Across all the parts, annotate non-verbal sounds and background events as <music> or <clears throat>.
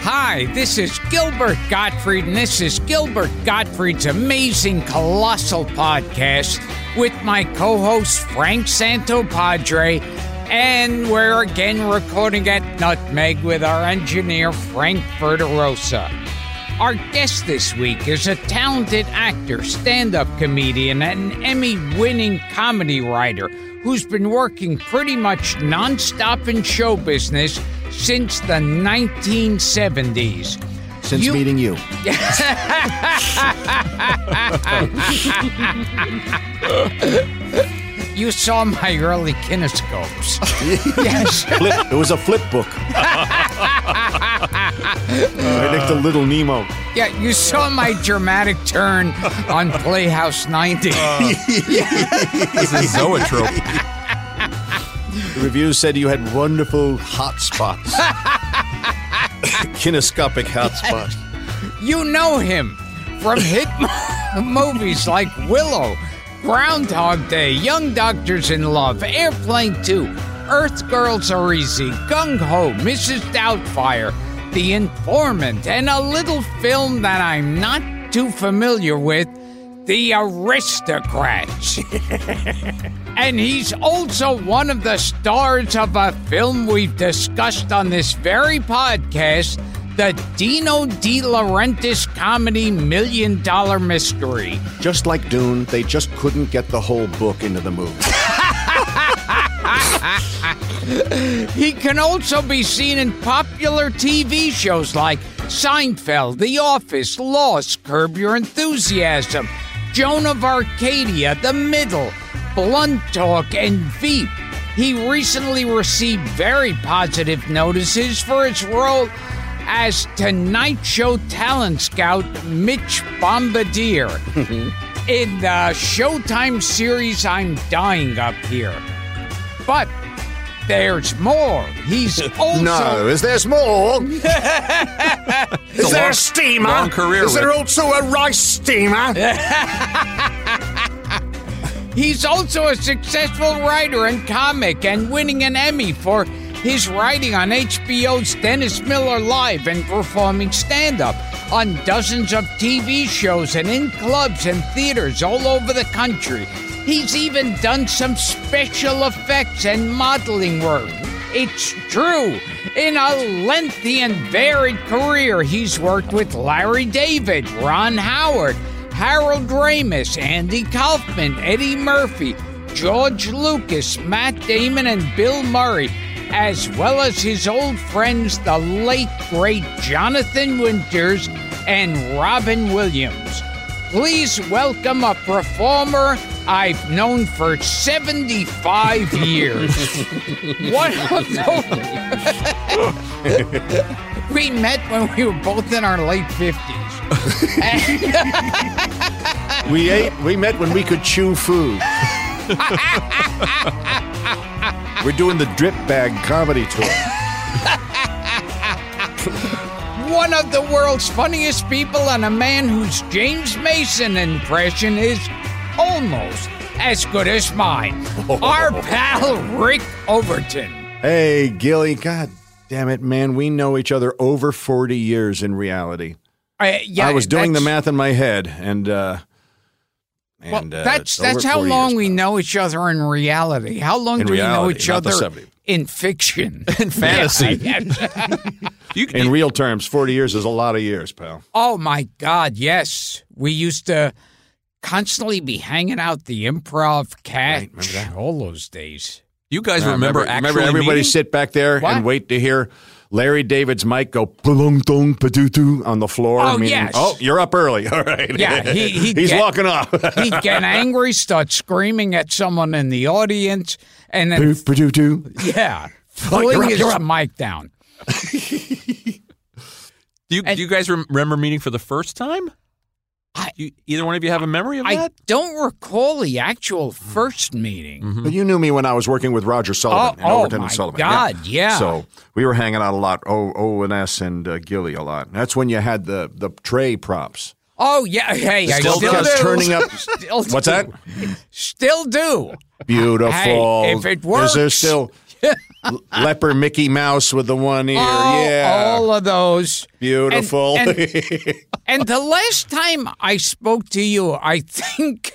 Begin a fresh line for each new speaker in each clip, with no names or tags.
Hi, this is Gilbert Gottfried, and this is Gilbert Gottfried's amazing, colossal podcast with my co host Frank Santopadre. And we're again recording at Nutmeg with our engineer Frank Verderosa. Our guest this week is a talented actor, stand up comedian, and Emmy winning comedy writer who's been working pretty much nonstop in show business since the 1970s.
Since
You-
meeting you.
<laughs> You saw my early kinescopes.
<laughs>
yes.
Flip, it was a flip book. <laughs> right next to Little Nemo.
Yeah, you saw my dramatic turn on Playhouse 90.
Oh,
This
<laughs>
is zoetrope.
The reviews said you had wonderful hot <laughs> spots. Kinescopic hot spots.
You know him from hit <laughs> mo- movies like Willow, Groundhog Day, Young Doctors in Love, Airplane 2, Earth Girls Are Easy, Gung Ho, Mrs. Doubtfire, The Informant, and a little film that I'm not too familiar with, The <laughs> Aristocrats. And he's also one of the stars of a film we've discussed on this very podcast the Dino De Laurentiis comedy Million Dollar Mystery.
Just like Dune, they just couldn't get the whole book into the movie.
He can also be seen in popular TV shows like Seinfeld, The Office, Lost, Curb Your Enthusiasm, Joan of Arcadia, The Middle, Blunt Talk, and Veep. He recently received very positive notices for his role as Tonight Show talent scout Mitch Bombardier in the Showtime series I'm Dying Up Here. But there's more. He's also
<laughs> No, is there more? <laughs> is there a steamer?
long career,
is there
Rick.
also a rice steamer?
he's also a successful writer and comic and winning an Emmy for his writing on HBO's Dennis Miller Live and performing stand-up on dozens of TV shows and in clubs and theaters all over the country. He's even done some special effects and modeling work. It's true. In a lengthy and varied career, he's worked with Larry David, Ron Howard, Harold Ramis, Andy Kaufman, Eddie Murphy, George Lucas, Matt Damon, and Bill Murray, as well as his old friends, the late great Jonathan Winters and Robin Williams. Please welcome a performer I've known for 75 years. What of the... <laughs> we met when we were both in our late 50s.
we ate. We met when we could chew <laughs> food. We're doing the drip bag comedy tour.
One of the world's funniest people and a man whose James Mason impression is almost as good as
<laughs>
mine. Our pal Rick Overton.
Hey, Gilly. God damn it, man. We know each other over 40 years in reality.
Uh, yeah,
I was doing the
that's-
math in my head, and uh,
Well,
and uh,
that's
it's over
that's how
40
long
years
we
now.
know each other in reality. How long
In
do we know
reality,
each
not the
other
70.
in
<laughs>
fiction?
In fantasy.
Yeah, yes.
You,
In real terms, 40 years is a lot of years, pal.
oh my God, yes. We used to constantly be hanging out the improv catch all those days.
you guys
Now,
remember,
Uh, remember
actually
everybody
meeting?
sit back there
What?
and wait to hear Larry David's mic go plung dong padutu on the floor.
Oh, yes.
Oh, you're up early. <laughs> All right.
Yeah, he- he'd
<laughs> he's
get-
walking off. <laughs>
He'd get angry, start screaming at someone in the audience, and then
Padoot, padoot. <laughs>
yeah,
Oh, you're
fling
up,
his
you're up.
mic down.
Do you, do you guys rem- remember meeting for the first time?
I-
you, either one of you have a memory of
I <laughs>
that?
don't recall the actual first meeting.
But you knew me when I was working with Roger Sullivan.
Oh,
and
oh
Overton
my
and Sullivan.
God, yeah.
So we were hanging out a lot. O, o and S and uh, Gilly a lot. That's when you had the the tray props.
Oh yeah, hey, I
Still
still,
just
do.
turning up-
<laughs> Still
What's
do.
that?
Still do.
Beautiful.
Hey, if it
is there
works. <laughs>
still l- leper Mickey Mouse with the one ear?
Oh,
yeah,
all of those.
beautiful.
And, and- and the last time I spoke to you, I think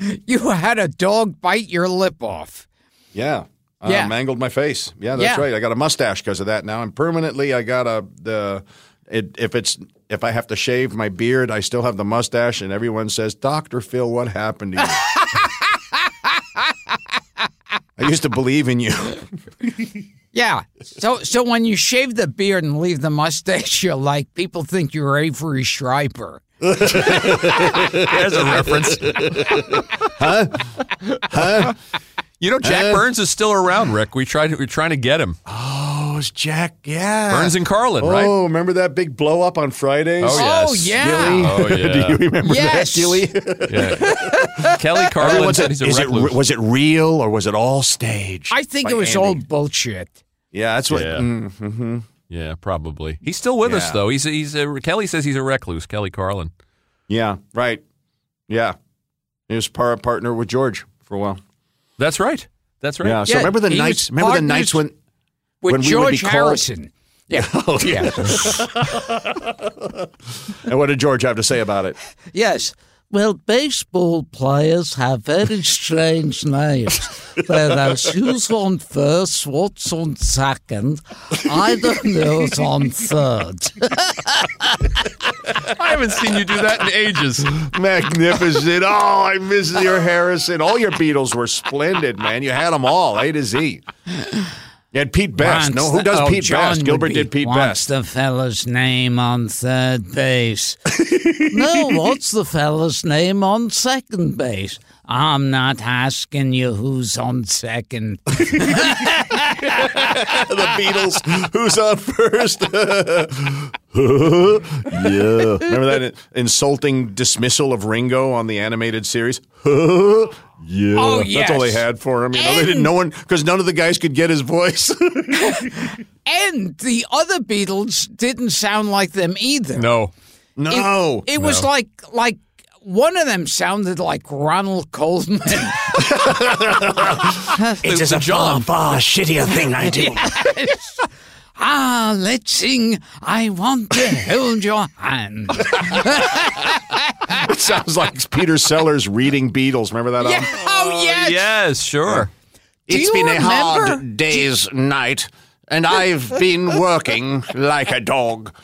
<laughs> you had a dog bite your lip off.
yeah. Uh,
Yeah.
mangled my face. Yeah, that's
Yeah.
right. I got a mustache because of that. Now I'm permanently. I got a the. It, if it's if I have to shave my beard, I still have the mustache, and everyone says, "Doctor Phil, what happened
<laughs>
to you?" I used to believe in you.
Yeah. So so when you shave the beard and leave the mustache, <laughs> you're like people think you're Avery Schreiber.
There's a reference. huh? Huh?
<laughs>
You know, Jack
Huh?
Burns is still around, Rick. We tried. We're trying to get him.
Oh, it was Jack. Yeah,
Burns and Carlin,
Oh,
right?
remember that big blow up on Fridays?
Oh, yes.
Oh yeah.
Oh yeah.
<laughs> Do you remember
Yes.
that, <laughs> Gilly? <laughs>
yeah. Kelly Carlin
Everyone's
said
a-
he's a
is it,
recluse.
was it real or was it all staged?
I think
By
it was
Andy.
all bullshit.
Yeah, that's what.
Yeah.
mm,
yeah, probably. He's still with us
Yeah.
though. He's he's a, Kelly says he's a recluse. Kelly Carlin.
yeah, right. Yeah, he was par- partner with George for a while.
That's right. That's right.
Yeah. So
Yeah,
remember the
he was
nights? Remember the nights when?
partners- With
When we would be
George
called-
Harrison. Yeah.
<laughs> Oh yeah. and what did George have to say about it?
Yes. Well, baseball players have very strange names. There are those who's on first, what's on second. I don't know who's on third.
<laughs> I haven't seen you do that
<laughs>
in ages.
Magnificent! Oh, I miss your Harrison. All your Beatles were splendid, man. You had them all, A to Z. You had Pete Best.
Wants
No, who
the-
does
oh,
Pete
John
Best?
would
Gilbert
be-
did Pete
What's
Best.
the fella's name on third
<laughs>
base? no, what's the fella's name on second base? I'm not asking you who's on second.
the Beatles. Who's on first? <laughs> yeah. Remember that insulting dismissal of Ringo on the animated series? <laughs> yeah.
Oh,
That's all they
yes.
had for him. You know, they didn't. No one, because none of the guys could get his voice. <laughs>
And the other Beatles didn't sound like them either.
No.
It,
no.
it was like like one of them sounded like Ronald
<laughs>
Coleman.
It was a John.
<laughs> ah, let's sing. I want to hold your
<laughs>
hand.
it sounds like Peter Sellers reading Beatles. Remember that? um,
Yeah,
album?
oh yes.
Yes, sure.
Do you remember?
day's night, and I've been working like a dog.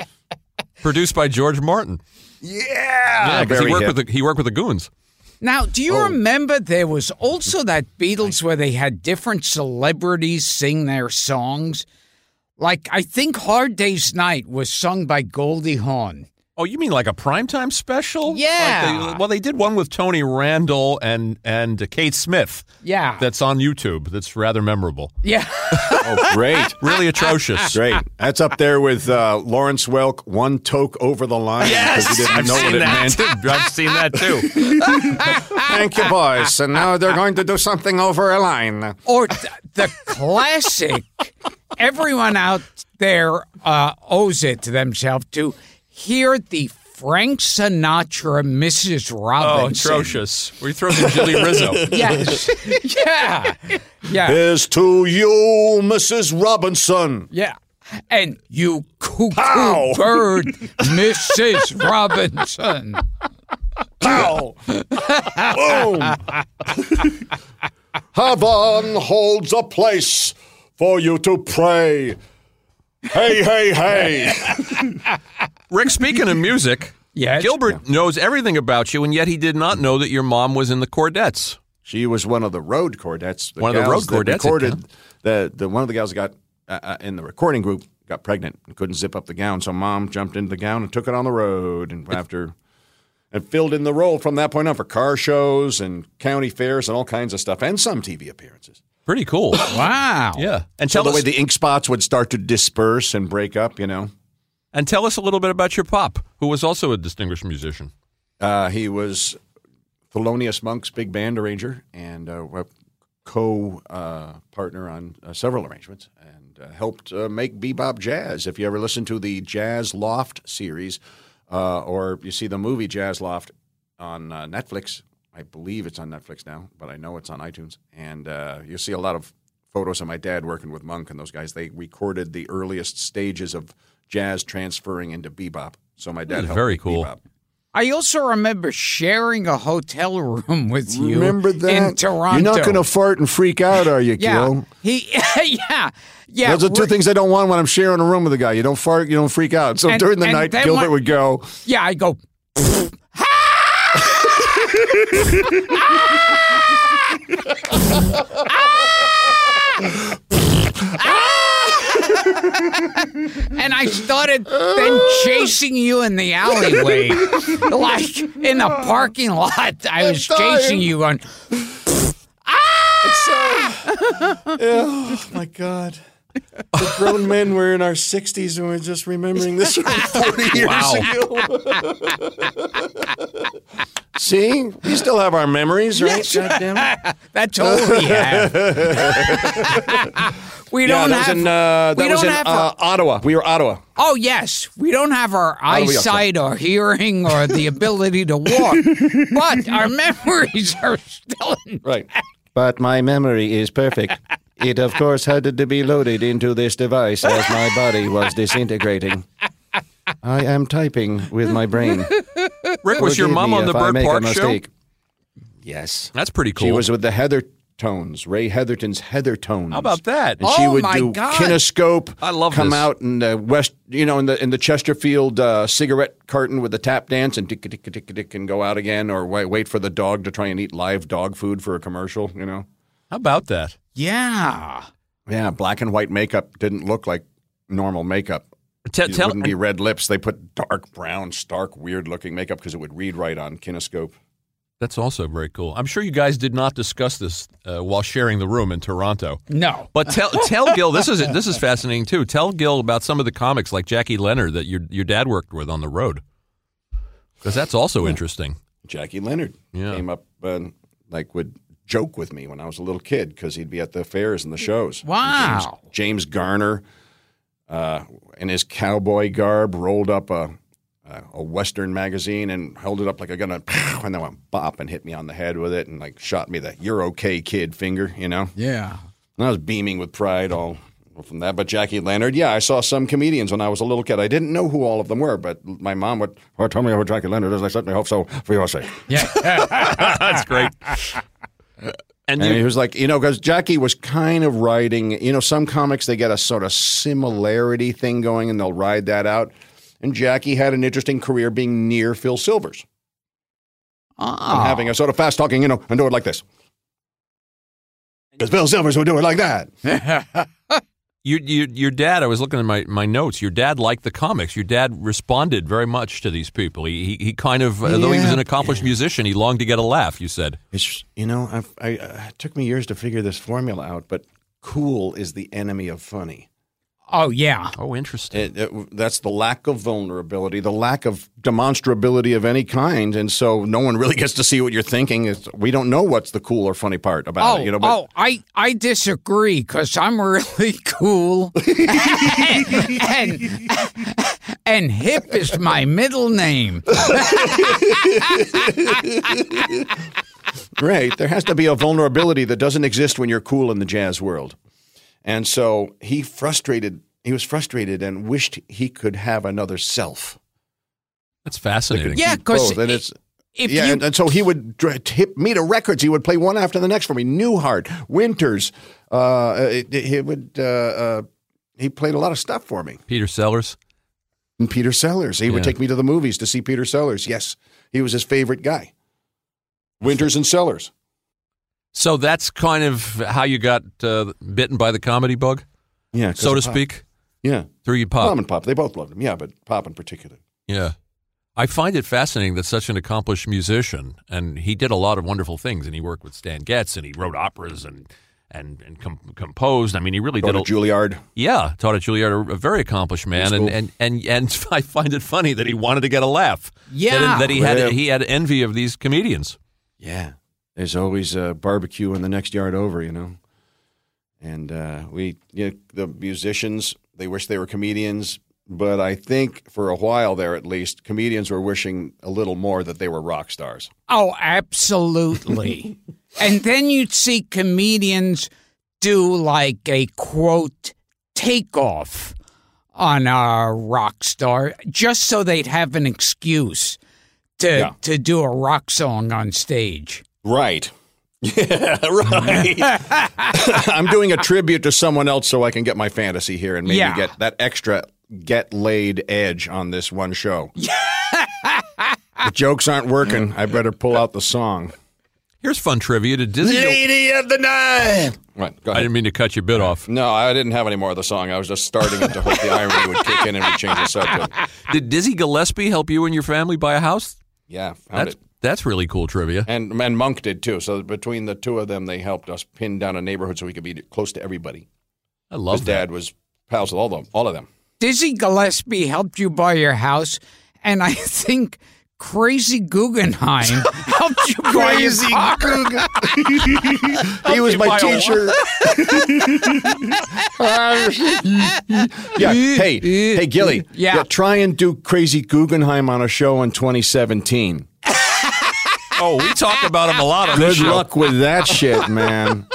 Produced by George Martin.
Yeah,
Yeah, because
Ah, very
he worked
hip.
with the, he worked with the Goons.
Now, do
Oh.
you remember there was also that Beatles where they had different celebrities sing their songs? Like I think Hard Day's Night was sung by Goldie Hawn.
Oh, you mean like a primetime special?
Yeah.
Like they- well, they did one with Tony Randall and and Kate Smith.
Yeah.
That's on YouTube. That's rather memorable.
Yeah.
<laughs> oh, great.
Really atrocious.
<laughs> Great. That's up there with uh, Lawrence Welk, one toke over the line. because he didn't know what it meant.
too. <laughs> I've seen that
<laughs>
too.
Thank you, boys. And now they're going to do something over a line.
<laughs> or th- the classic everyone out there uh, owes it to themselves to hear the Frank Sinatra, Mrs.
Oh,
Robinson.
atrocious. We throw in Jilly
<laughs>
Rizzo.
Yes. <laughs> yeah. Yeah.
Here's to you, Mrs. Robinson.
Yeah. And you cuckoo
Pow! <laughs>
bird, Mrs. Robinson.
Pow! <laughs> Boom! Heaven holds a place for you to pray. Hey, hey, hey!
Rick, speaking of music,
Yes.
Gilbert knows everything about you, and yet he did not know that your mom was in the Cordettes.
She was one of the road cordettes.
One of the
gals
road
that
cordettes,
Recorded
it
the, the one of the gals that got uh, uh, in the recording group got pregnant and couldn't zip up the gown, so mom jumped into the gown and took it on the road and after and filled in the role from that point on for car shows and county fairs and all kinds of stuff and some TV appearances.
Pretty cool.
Wow.
yeah. And
So
tell
the way
us
the ink spots would start to disperse and break up, you know.
and tell us a little bit about your pop, who was also a distinguished musician.
Uh, he was Thelonious Monk's big band arranger and uh, a co uh, partner on uh, several arrangements and uh, helped uh, make bebop jazz. If you ever listen to the Jazz Loft series uh, or you see the movie Jazz Loft on uh, Netflix, I believe it's on Netflix now, but I know it's on iTunes. And uh, you see a lot of photos of my dad working with Monk and those guys. They recorded the earliest stages of jazz transferring into bebop. So my dad helped
Very
make
cool.
bebop.
I also remember sharing a hotel room with you.
Remember that?
in Toronto?
You're not going to fart and freak out, are you,
Yeah.
Gil?
He. <laughs> Yeah. Yeah.
Those are two
we're-
things I don't want when I'm sharing a room with a guy. You don't fart, you don't freak out. So
And-
during the
and
night,
then what-
Gilbert would go,
<laughs> Yeah. I go. "Ah!" and I started then chasing you in the alleyway, like in the parking lot. I was chasing you, going,
Oh my God. The grown men were in our 60s and we're just remembering this
<laughs>
from 40 years ago. See? We still have our memories, right? God damn it.
"That's all we have. <laughs> we
Yeah,
don't
that was
have.
in, uh,
we
that was
don't
in
have
uh, Ottawa. We were Ottawa.
Oh yes, we don't have our
do we have
eyesight or hearing or
<laughs>
the ability to walk, but our memories are still. In-
Right. <laughs> But my memory is perfect. It, of course, had to be loaded into this device as my body was disintegrating. I am typing with my brain.
Rick, <laughs> was your
Forgive
mom
me
on the
if I
Burt
make a
Park show?
mistake. Yes.
That's pretty cool.
She was with the Heathertones, Ray Heatherton's Heathertones.
How about that?
And she
Oh,
would
my
do
God.
kinescope.
I love
come
this.
out in the west, you know, in the in the Chesterfield uh, cigarette carton with the tap dance and tick tick tick tick and go out again, or wait, wait for the dog to try and eat live dog food for a commercial, you know.
How about that?
yeah.
Yeah, black and white makeup didn't look like normal makeup.
Uh,
Te-
It
tell
wouldn't be red lips. They put dark brown, stark, weird looking makeup because it would read right on kinescope.
That's also very cool. I'm sure you guys did not discuss this uh, while sharing the room in Toronto.
No.
But
<laughs>
tell tell Gil this is this is fascinating too. Tell Gil about some of the comics like Jackie Leonard that your your dad worked with on the road, because that's also interesting.
Jackie Leonard
Yeah.
came up and like would joke with me when I was a little kid because he'd be at the fairs and the shows.
Wow.
James, James Garner, uh, in his cowboy garb, rolled up a a a Western magazine and held it up like a gun, and, <laughs> and then went bop and hit me on the head with it, and like shot me the "You're okay, kid" finger, you know.
Yeah.
And I was beaming with pride all from that. But Jackie Leonard, yeah, I saw some comedians when I was a little kid. I didn't know who all of them were, but my mom would well, tell me who Jackie Leonard is. I certainly hope so for your sake.
Yeah.
<laughs> That's great.
<laughs>
And
And he
you,
was like, you know, because Jackie was kind of riding, you know, some comics, they get a sort of similarity thing going and they'll ride that out. And Jackie had an interesting career being near Phil Silvers and
Ah.
having a sort of fast talking, you know, and do it like this. Because Phil Silvers would do it like that.
you, you, your dad. I was looking at my, my notes. Your dad liked the comics. Your dad responded very much to these people. He he, he kind of, uh, though he was
Yeah.
an accomplished musician, he longed to get a laugh. You said
It's you know, I've, I uh, it took me years to figure this formula out, but cool is the enemy of funny.
oh yeah.
Oh, interesting.
It, it- that's the lack of vulnerability, the lack of demonstrability of any kind, and so no one really <laughs> gets to see what you're thinking. It's, we don't know what's the cool or funny part about
Oh,
it, you know. But
oh, I, I <laughs>
<laughs>
disagree because I'm really cool, and, and hip is my middle name.
Right. There has to be a vulnerability that doesn't exist when you're cool in the jazz world. And so he frustrated he was frustrated and wished he could have another self.
That's fascinating.
Yeah, because
Both. And it's
if
yeah,
you
and, and so he would dr- hit me to records. He would play one after the next for me. Newhart, Winters. Uh, it, it- he would. Uh, uh, he played a lot of stuff for me.
Peter Sellers.
And Peter Sellers. He would
Yeah.
take me to the movies to see Peter Sellers. Yes, he was his favorite guy. Winters and Sellers.
So that's kind of how you got uh, bitten by the comedy bug,
Yeah, 'cause of
so to
Pop.
speak,
Yeah,
through your
Mom
pop.
and Pop. They both loved him. Yeah, but Pop in particular.
Yeah. I find it fascinating that such an accomplished musician, and he did a lot of wonderful things, and he worked with Stan Getz, and he wrote operas and and, and com- composed. I mean, he really
Go
did.
to
A,
Juilliard.
yeah, taught at Juilliard, a, a very accomplished man, and,
school.
and and and <laughs> I find it funny that he wanted to get a laugh.
Yeah.
that, that he had
Yeah.
he had envy of these comedians.
Yeah. There's always a barbecue in the next yard over, you know. And uh, we, you know, the musicians, they wish they were comedians, but I think for a while there, at least, comedians were wishing a little more that they were rock stars.
Oh, absolutely. and then you'd see comedians do like a quote takeoff on a rock star just so they'd have an excuse to
Yeah.
to do a rock song on stage.
Right. <laughs> Yeah, right. <laughs> I'm doing a tribute to someone else so I can get my fantasy here and maybe
Yeah.
get that extra get laid edge on this one show. the jokes aren't working. I better pull out the song.
Here's fun trivia to Disney.
of the Night. Right. Go
I
ahead.
didn't mean to cut your bit off.
No, I didn't have any more of the song. I was just starting it to hope the irony would kick in and we change the subject.
Did Dizzy Gillespie help you and your family buy a house?
Yeah, found
That's
it.
that's really cool trivia.
And and Monk did too. So between the two of them, they helped us pin down a neighborhood so we could be close to everybody.
I
His
love that.
dad was pals with all of them. All of them.
Dizzy Gillespie helped you buy your house, and I <laughs> think Crazy Guggenheim helped you buy your car.
<laughs> he was my
buy a
teacher. <laughs> yeah. Hey, hey, Gilly.
Yeah.
Try and do Crazy Guggenheim on a show in 2017.
Oh, we talk about him a lot on this
Good
show.
luck with that shit, man.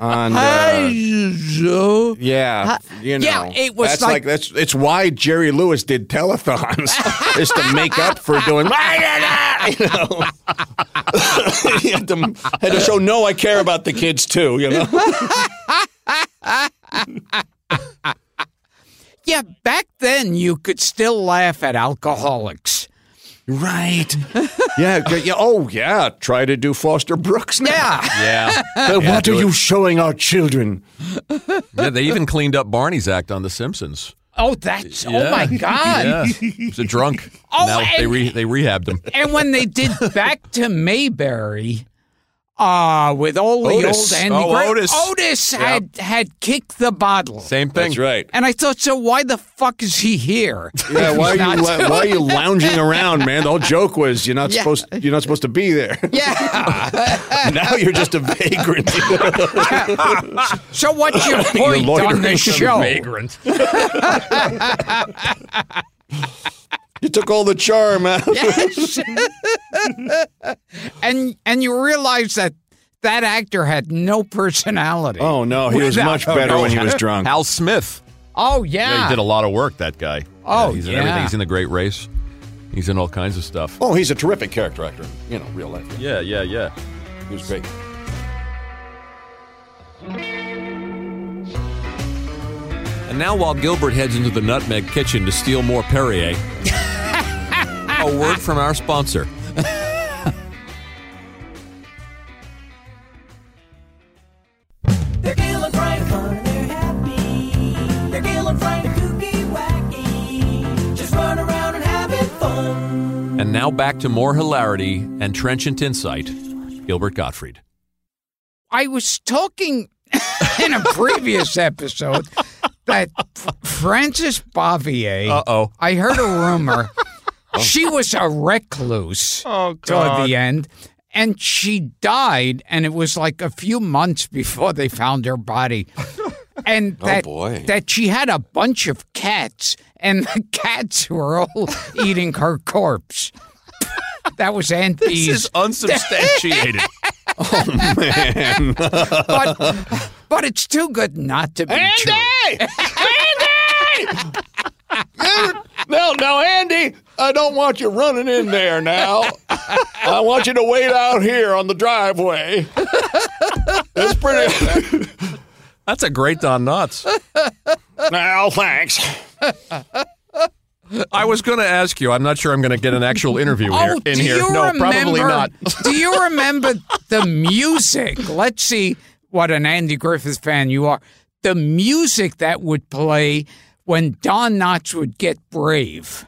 on uh,
Joe.
Yeah, you know.
Yeah, it was
that's
like-
like, that's it's why Jerry Lewis did telethons <laughs> is to make up for doing. <laughs> you know, <laughs> he had to, had to show no, I care about the kids too. You
<laughs>
know,
Yeah, back then you could still laugh at alcoholics.
right? Yeah, g- yeah. Oh, yeah. Try to do Foster Brooks now.
Yeah.
Yeah.
Then
Yeah,
what
do
are
it.
you showing our children?
yeah, they even cleaned up Barney's act on The Simpsons.
Oh, that's
Yeah.
oh
<laughs>
my god!
Yeah. He's a drunk.
Oh,
now they
and-
re- they rehabbed him.
And when they did back to Mayberry, uh with all the
Otis.
old Andy
Oh,
Gray,
Otis.
had had kicked the bottle.
Same thing.
<laughs>
right.
And I thought, so why the fuck is he here?
Yeah, why are
Not
you la- why
<laughs>
are you lounging around, man? The whole joke was you're not supposed you're not supposed to be there.
Yeah.
<laughs> now you're just a vagrant. <laughs>
so what's
<laughs>
your point on
loitering
the show?
Vagrant.
you took all the charm out.
Yes. <laughs> and and you realize that that actor had no personality.
Oh no, he was
Without-
much better when <laughs> he was drunk.
Hal Smith.
Oh
Yeah,
yeah.
he did a lot of work. That guy.
Oh,
he's in
yeah.
everything. He's in The Great Race. He's in all kinds of stuff.
Oh, he's a terrific character actor. You know, real life.
Yeah, yeah, yeah.
He was great.
And now, while Gilbert heads into the Nutmeg Kitchen to steal more <laughs> Perrier, a word from our sponsor.
They're Gil and Frank fun and they're happy. They're Gil and Frank kooky wacky. Just run around and having fun.
And now back to more hilarity and trenchant insight. Gilbert Gottfried.
I was talking <laughs> in a previous episode that Frances Bavier.
Uh-oh.
I heard a
<laughs>
rumor. she was a recluse
Oh,
toward the end, and she died, and it was like a few months before
<laughs> Oh,
they found her body. And that,
boy.
that she had a bunch of cats, and the <laughs> cats were all eating her corpse. That was Aunt
This
Bee's.
is unsubstantiated.
but, <laughs> but it's too good not to be true.
Andy! no, no, Andy, I don't want you running in there now. I want you to wait out here on the driveway. That's <laughs> pretty.
<laughs> That's a great Don Knotts.
now, thanks.
I was going to ask you. I'm not sure I'm going to get an actual interview
Oh,
here, in
do
here.
you
no,
remember,
probably not.
<laughs> do you remember the music? Let's see what an Andy Griffith fan you are. The music that would play when Don Knotts would get brave.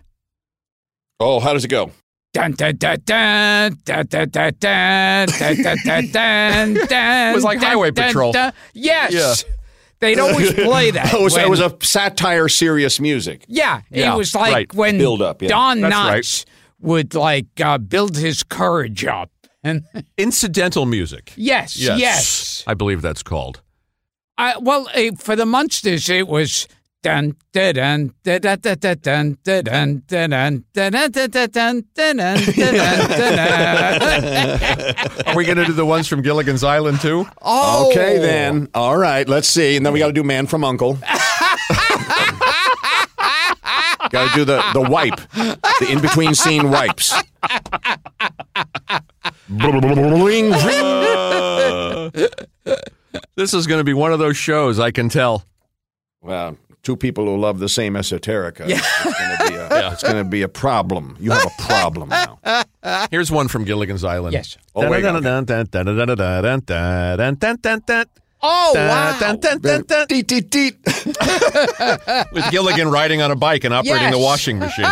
Oh, how does it <laughs> go?
Dun, dun, dun, dun, dun, dun, dun, dun, dun, dun, dun, dun, dun,
<laughs> It was like
dun,
Highway
dun,
Patrol.
dun. Yes.
Yeah.
They'd always
<laughs>
play that.
Oh, so it
when-
was a satire, serious music.
Yeah,
Yeah,
it was like
right.
when
Build up, yeah.
Don
That's
Knotts
right.
would like uh, build his courage up, and
Incidental music.
yes, yes.
I believe that's called.
I, well, eh, for the Munsters, it was dun dun dun dun dun dun dun dun dun dun dun dun dun dun dun dun dun dun dun dun dun.
Are we going to do the ones from Gilligan's Island too?
Oh,
Okay, then. Mm, All right, let's see. And then we got to do Man from Uncle. got to do the, the wipe, the in between scene wipes. Bling, bling.
This is going to be one of those shows. I can tell.
Well, two people who love the same esoterica. It's gonna be a- It's going to be a problem. You have a problem now.
Here's one from Gilligan's Island.
Yes.
Oh, wait, okay.
Oh, wow.
With
Deet, deet, deet.
Gilligan riding on a bike and operating the
Yes.
washing machine.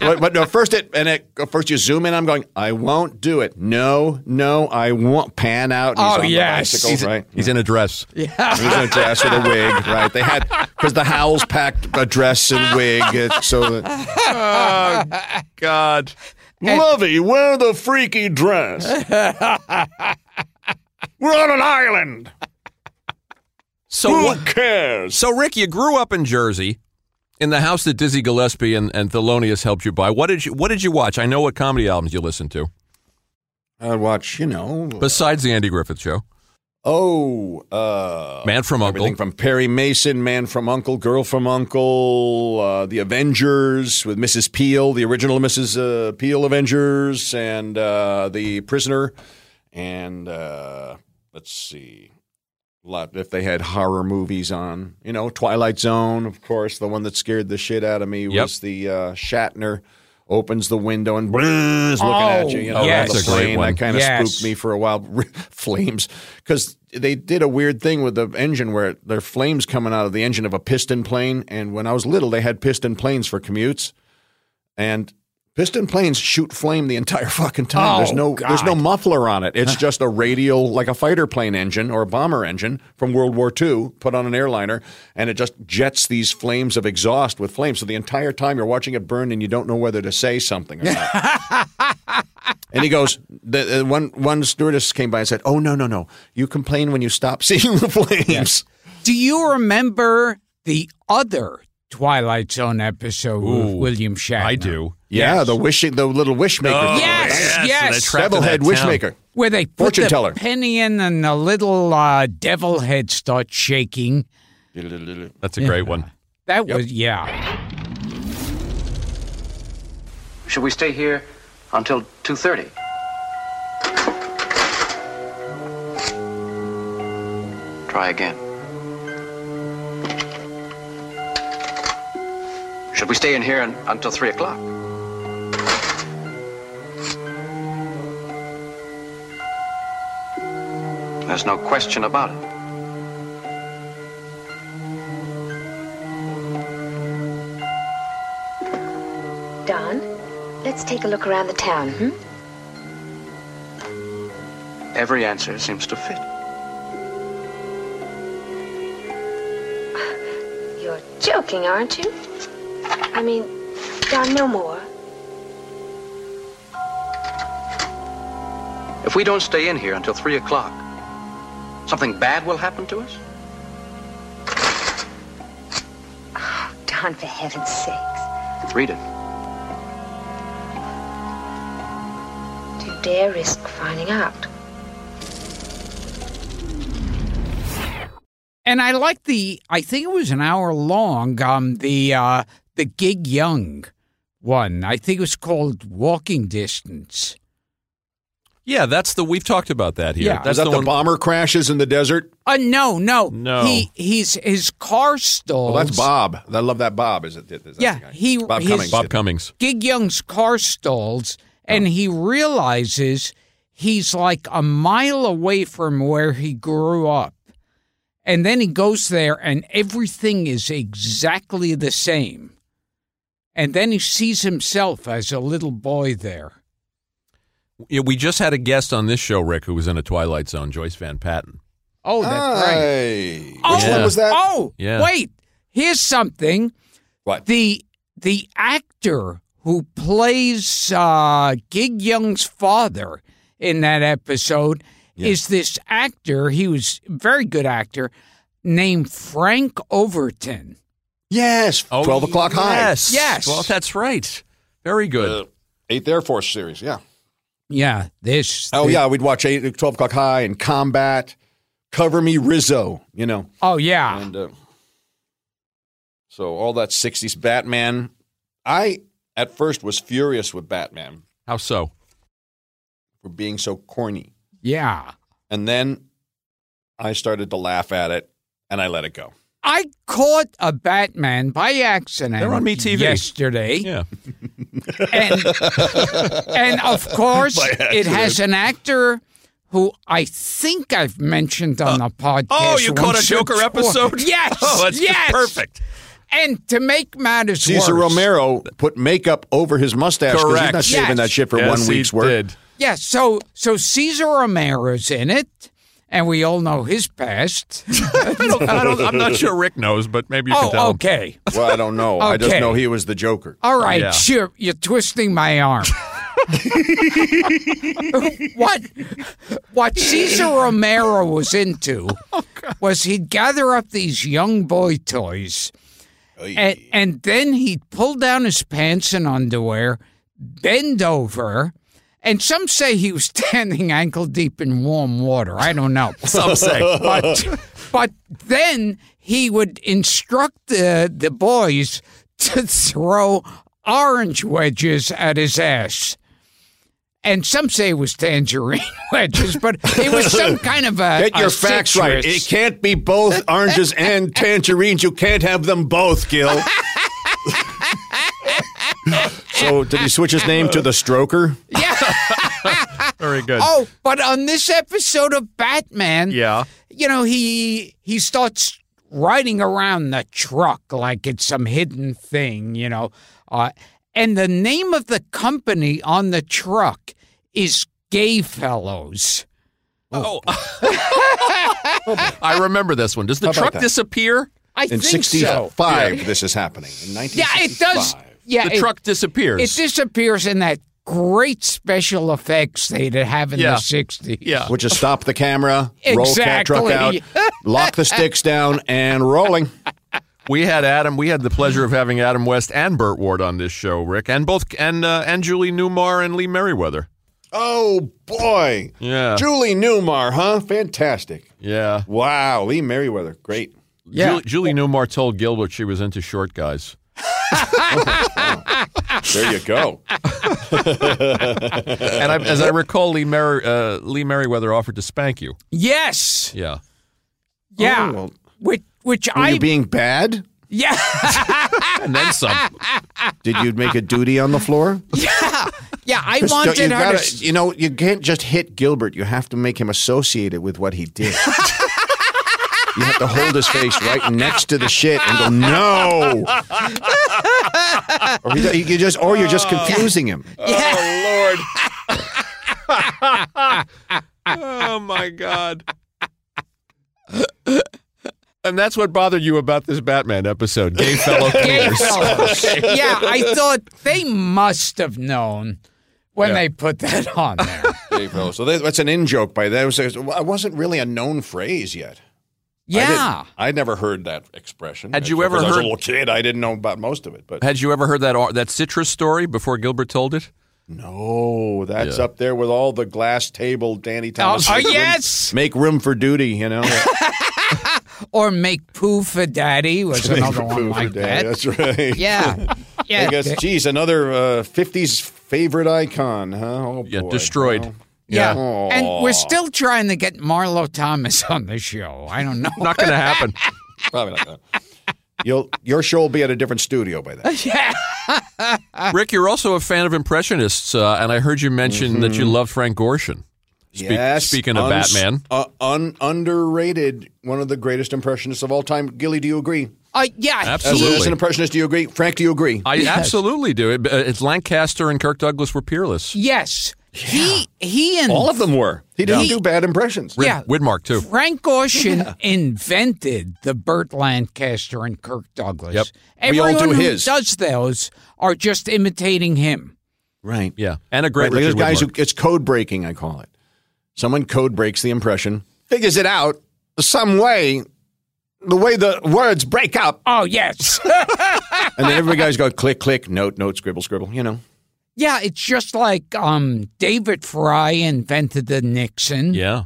But, but no, first it and it first you zoom in. I'm going. I won't do it. No, no, I won't pan out. And he's
Oh,
on the
yes.
bicycle,
He's-
right?
He's in a dress.
He was in a dress with a
<laughs>
wig, right? They had because the Howells packed a dress and wig, uh,
<laughs>
so that,
God.
Lovey, wear the freaky dress. We're on an island.
So what?
cares?
So, Rick, you grew up in Jersey, in the house that Dizzy Gillespie and, and Thelonious helped you buy. What did you What did you watch? I know what comedy albums you listened to,
I watch, you know.
besides the Andy Griffith Show,
oh, uh,
Man from Uncle.
everything from Perry Mason, Man from Uncle, Girl from Uncle, uh, The Avengers with Mrs. Peel, the original Mrs. Uh, Peel Avengers, and uh, The Prisoner, and uh, let's see. A lot if they had horror movies on, you know, Twilight Zone, of course. The one that scared the shit out of me
Yep.
was the uh, Shatner opens the window and <laughs> is looking at you. You know,
Oh,
on the
yes. That's a
great
plane.
one.
That kind of
Yes.
spooked me for a while. <laughs> flames, because they did a weird thing with the engine where there are flames coming out of the engine of a piston plane. And when I was little, they had piston planes for commutes, and piston planes shoot flame the entire <laughs> fucking time.
Oh,
there's no
God.
there's no muffler on it. It's just a radial, like a fighter plane engine or a bomber engine from World War II, put on an airliner, and it just jets these flames of exhaust with flames. So the entire time you're watching it burn, and you don't know whether to say something or not. And he goes, the, uh, one one stewardess came by and said, "Oh no, no, no! You complain when you stop <laughs> seeing the flames."
Do you remember the other Twilight Zone episode with
Ooh,
William Shatner?
I do.
Yeah, the wishing, the little wishmaker,
Oh,
Yes,
and
yes.
they're trapped in
devilhead
that town.
wishmaker.
Where they put
Fortune
the
teller.
penny in and the little uh, devil head starts shaking.
That's a great one.
That was, yeah.
Should we stay here until 2:30? Try again. Should we stay in here un- until 3 o'clock? There's no question about it.
Don, let's take a look around the town, hmm?
Every answer seems to fit.
<sighs> You're joking, aren't you? I mean, Don, no more.
If we don't stay in here until 3 o'clock, something bad will happen to us?
<sighs> Don,
Don, for heaven's sakes.
Read it.
Do you dare risk finding out?
And I like the I think it was an hour long um the uh the Gig Young one. I think it was called Walking Distance.
Yeah, that's the we've talked about that here.
Yeah.
that's
Is that
the
the,
one.
bomber crashes in the desert?
Uh no, no.
No.
He he's his car stalls.
Well, Oh, that's Bob. I love that Bob. Is it? Is that the
Yeah,
guy?
he-
Bob
his-
Cummings.
Bob Cummings.
Gig Young's car stalls and he realizes he's like a mile away from where he grew up. And then he goes there and everything is exactly the same. And then he sees himself as a little boy there.
Yeah, we just had a guest on this show, Rick, who was in a Twilight Zone, Joyce Van Patten.
Oh, that's right.
Hey.
Oh,
Which one was that?
Oh,
Yeah.
wait. Here's something.
What?
The the actor who plays uh, Gig Young's father in that episode is this actor. He was a very good actor named Frank Overton.
Yes.
Oh,
12 o'clock
yes.
Yes.
Well, that's right. Very
high.
good.
Uh, Eighth Air Force series. Yeah.
Yeah, this.
Oh, yeah. We'd watch eight, 12 o'clock high and combat. Cover me, Rizzo, you know.
Oh yeah.
And uh, so all that 60s Batman. I, at first, was furious with Batman
How so?
for being so corny.
Yeah.
And then I started to laugh at it and I let it go.
I caught a Batman by accident
They're on MeTV.
yesterday.
Yeah.
and and
<laughs>
of course it has an actor who I think I've mentioned on the podcast.
Oh, you caught a
once or
Joker
twice.
episode?
<laughs> Yes,
Oh, that's
yes.
perfect.
And to make matters
Cesar
worse,
Romero put makeup over his mustache because he's
Correct.
not shaving
Yes.
that shit for
Yes,
one
he
week's work.
did.
yeah. So so Caesar Romero's in it, and we all know his
<laughs>
past.
I don't, I don't, I'm not sure Rick knows, but maybe you can tell
oh,
him.
okay.
Well, I don't know. I just
Okay.
know he was the Joker.
All right,
Yeah.
sure. You're twisting my
<laughs>
arm. what what Cesar Romero was into was he'd gather up these young boy toys and, and then he'd pull down his pants and underwear, bend over, and some say he was <laughs> standing ankle deep in warm water. I don't
<laughs>
know.
Some say.
But but then he would instruct the the boys to throw orange wedges at his ass. And some say it was tangerine <laughs> wedges, but it was
<laughs>
some kind of a
Get your
a
facts right. It
citrus.
can't be
<laughs>
both oranges and tangerines. You can't have them both, Gil.
<laughs>
so, did he switch his name to the Stroker?
Very good.
Oh, but on this episode of Batman,
Yeah.
you know, he he starts riding around the truck like it's some hidden thing, you know. Uh, and the name of the company on the truck is Gay Fellows.
<laughs> Oh. <laughs> I remember this one. Does the
How about
truck
that?
disappear?
I
In
think so.
65, this is happening. In
Yeah, it does.
1965.
Yeah,
the
it,
truck disappears.
it disappears in that great special effects they did have in
Yeah.
the '60s.
yeah.
Which is stop the camera, roll cat truck out,
Exactly.
lock the sticks down, and rolling.
We had Adam. We had the pleasure of having Adam West and Burt Ward on this show, Rick, and both and uh, and Julie Newmar and Lee Merriweather.
Oh boy.
Yeah.
Julie Newmar, huh? Fantastic.
Yeah.
Wow, Lee Merriweather, great.
Yeah.
Julie, Julie Newmar told Gilbert she was into short guys.
There you go.
And I, as I recall, Lee, Mer- uh, Lee Merriweather offered to spank you.
Yes.
Yeah.
<laughs> Yeah.
Oh, well,
which which
Were
I
you being bad?
<laughs> yeah. <laughs>
And then some.
Did you make a duty on the floor?
Yeah, yeah. I
Don't-
wanted
you,
her
gotta-
to.
you know, you can't just hit Gilbert. You have to make him associated with what
<laughs>
he did. you have to hold his face right next to the shit and go, no. or, he- you just, or you're just confusing him.
Yeah,
Oh. Lord. <laughs> oh my God. And that's what bothered you about this Batman episode, gay fellow.
<laughs> gay fellas. <laughs> yeah, I thought they must have known when they put that on
<laughs>
there.
So that- that's an in joke by that. It was- It wasn't really a known phrase yet.
Yeah.
I, didn't- I never heard that expression.
Had you ever
Because I was
heard-
a little kid? I didn't know about most of it, but
Had you ever heard that or- that citrus story before Gilbert told it?
no, that's
Yeah.
up there with all the glass table. Danny Thomas,
oh,
Make room-
yes.
make room for duty.
<laughs>
You know,
Or make poo for daddy was another one
Food for
like that.
Daddy, That's right.
Yeah.
<laughs> I
Yeah.
guess, geez, another uh, 50s favorite icon, huh? Oh,
Yeah,
boy.
destroyed.
Well,
Yeah.
Yeah.
And we're still trying to get Marlo Thomas <laughs> on the show. I don't know.
Not going to happen.
probably not. You'll, your show will be at a different studio by then.
Rick, you're also a fan of impressionists, uh, and I heard you mention that you love Frank Gorshin. <laughs> Speak-
Mm-hmm. yes.
speaking of
uns-
Batman.
Uh, un, underrated, one of the greatest impressionists of all time. Gilly, do you agree?
Uh, yeah. he-
Absolutely.
As an impressionist, do you agree? Frank, do you agree?
I absolutely do. It, uh, it's Lancaster and Kirk Douglas were peerless.
yes. He he and
all of them were. He didn't
He-
do bad impressions.
Rid-
Yeah.
Widmark too.
Frank Ocean invented the Burt Lancaster and Kirk Douglas.
Yep.
We all
Everyone
do
who
his.
does those are just imitating him.
Right.
Yeah, and a
Right,
great
like those
Richard
guys who
Widmark.
it's code breaking, I call it. Someone code breaks the impression, figures it out some way, the way the words break up,
Oh
<laughs>
yes.
and then every guy's go click, click, note, note, scribble, scribble. You know,
yeah, it's just like um, David Fry invented the Nixon
Yeah,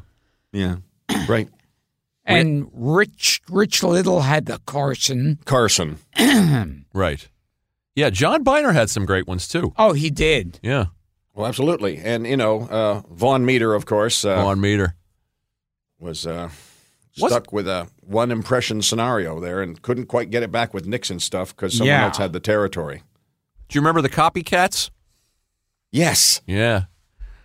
yeah, <clears throat> right.
and Rich Rich Little had the Carson.
Carson,
right. Yeah, John Biner had some great ones too.
Oh, he did.
Yeah,
well, absolutely, and you know, uh, Von Meter, of course, uh,
on meter.
was uh,
Was-
stuck with a one impression scenario there and couldn't quite get it back with Nixon stuff because someone
Yeah.
else had the territory.
Do you remember the copycats?
Yes,
Yeah,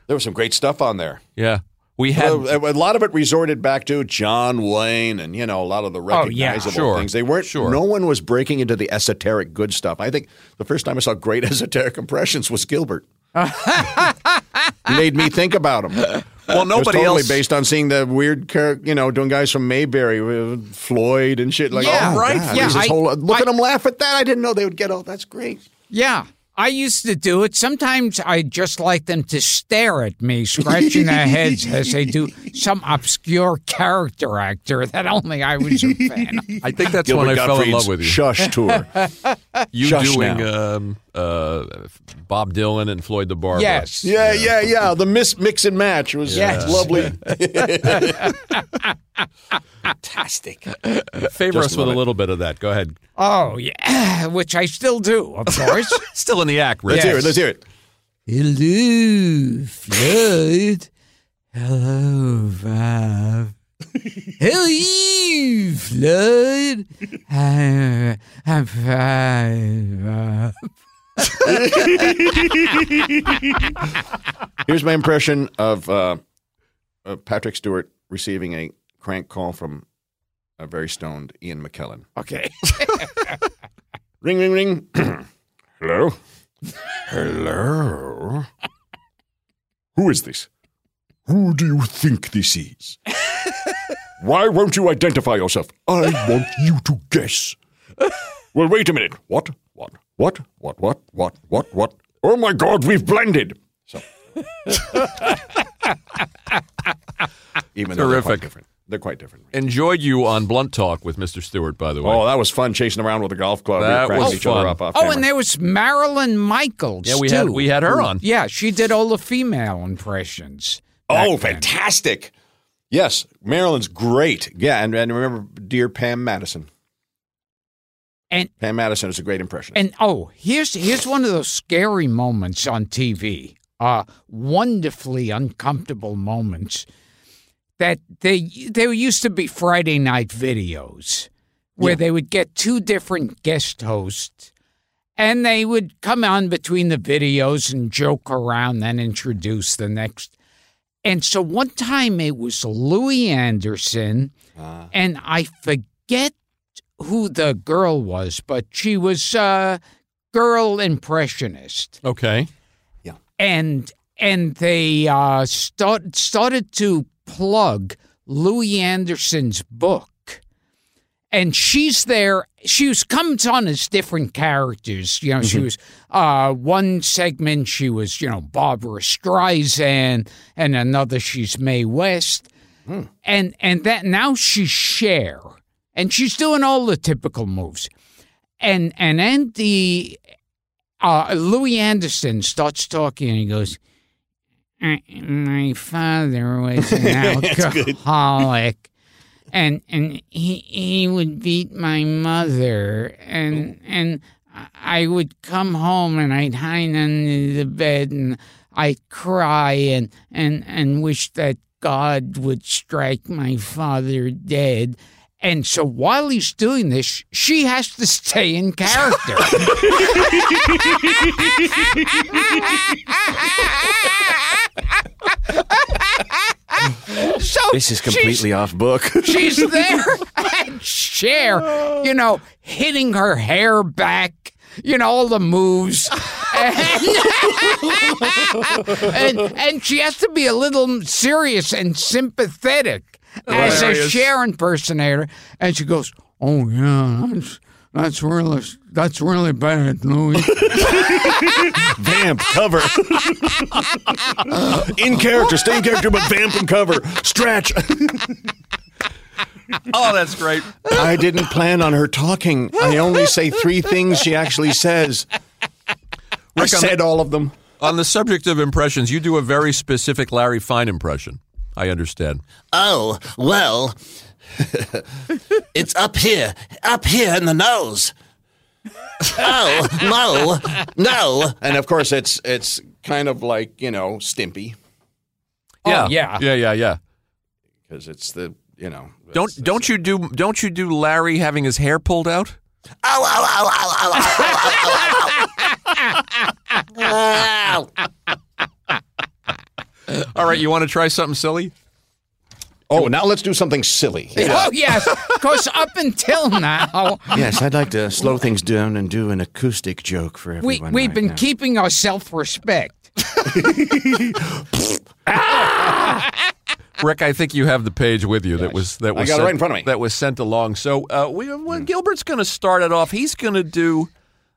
there was some great stuff on there.
yeah. We had
Well, a a lot of it resorted back to John Wayne and you know a lot of the
Oh, yeah.
recognizable
Sure.
things. They weren't
Sure.
no one was breaking into the esoteric good stuff. I think the first time I saw great <laughs> esoteric impressions
<laughs>
was Gilbert. Made me think about him.
well,
It was
nobody
totally
else.
based on seeing the weird, char- you know, doing guys from Mayberry, uh, Floyd and shit like.
Yeah,
oh,
right.
God,
Yeah,
there's this
I-
whole- look
I-
at them laugh at that. I didn't know they would get all. That's great.
Yeah. I used to do it. Sometimes I just like them to stare at me, scratching their heads as they
<laughs>
do some obscure character actor that only I was a fan of.
I think that's
Gilbert
when I fell in
Gottfried's
love with you. <laughs>
Shush tour.
you
Shush
doing
now.
um, uh, Bob Dylan and Floyd the Barber.
Yes.
yeah, yeah, yeah. The mis- mix and match was
Yes.
lovely.
Favor
Just
us with
love
a
it.
little bit of that. Go ahead.
Oh, yeah. <clears throat> Which I still
<laughs>
do, of course.
<laughs> Still in the act, Rick.
Let's hear it. Let's hear it.
Hello, Floyd. Hello, Bob. Hello, Floyd. I'm, I'm fine, Bob.
Here's my impression of uh, uh, Patrick Stewart receiving a crank call from a very stoned Ian McKellen. <laughs>
Okay.
Ring, ring, ring. <clears throat> Hello? Hello? Who is this? Who do you think this <laughs> is? Why won't you identify yourself? I want you to guess. Well, wait a minute. What? What? What? What? What? What? What? What? Oh my God, we've blended. <laughs> So. Even though they're quite
Terrific.
different. They're quite different.
Enjoyed you on Blunt Talk with Mr. Stewart, by the way.
Oh, that was fun chasing around with a golf club. We were
That
cracking
was
each other
fun.
up off
Oh,
camera.
and there was Marilyn Michaels.
yeah, we
too.
had we had her on.
Yeah, she did all the female impressions.
Oh, fantastic. Yes, Maryland's great. Yeah, and, and remember, dear Pam Madison.
And
Pam Madison is a great impression.
and oh, here's here's one of those scary moments on TV. Uh wonderfully uncomfortable moments that they there used to be Friday night videos where they would get two different guest hosts and they would come on between the videos and joke around then introduce the next and so one time it was Louis Anderson and I forget who the girl was, but she was a girl impressionist,
Oh. Okay.
and and they uh, start, started to plug Louis Anderson's book, and she's there. She was comes on as different characters. You know, she was uh, one segment she was you know Barbara Streisand, and another she's Mae West. and and that now she's Cher, and she's doing all the typical moves, and and then the uh, Louis Anderson starts talking, and he goes. "Uh, My father was an alcoholic, and and he he would beat my mother, and
Oh.
and I would come home and I'd hide under the bed and I'd cry and and and wish that God would strike my father dead. And so while he's doing this, she has to stay
<laughs>
in character. <laughs> so
This is
she's-
completely off book.
<laughs>
She's there and Cher, you know, hitting her hair back, you know, all the moves. And, <laughs> and, and she has to be a little serious and sympathetic as a Cher impersonator. And she goes, Oh, yeah, that's, that's, really, that's really bad, Louis.
vamp cover. in character, stay in character, but vamp and cover. Stretch.
<laughs> Oh, that's great.
I didn't plan on her talking. I only say three things she actually says. I
Rick, on
said
the-
all of them.
On the subject of impressions, you do a very specific Larry Fine impression. I understand.
Oh, well, <laughs> it's up here, up here in the nose. Oh, no, no.
And of course, it's it's kind of like you know Stimpy
Yeah,
yeah.
yeah, yeah, yeah.
because it's the you know
Don't
it's-
don't you do don't you do Larry having his hair pulled out?
Ow, ow, ow, ow, ow, ow, ow, ow, ow, ow.
All right, you want to try something silly?
Oh, now let's do something silly.
<laughs> Oh, yes. Because up until now,
Yes, I'd like to slow things down and do an acoustic joke for
we,
everyone.
we've
right
been
now.
keeping our self respect.
Rick, I think you have the page with you that was that
I
was
got it
sent,
right in front of me. Hmm.
that was sent along. So uh, we, well, Gilbert's going to start it off. He's going to do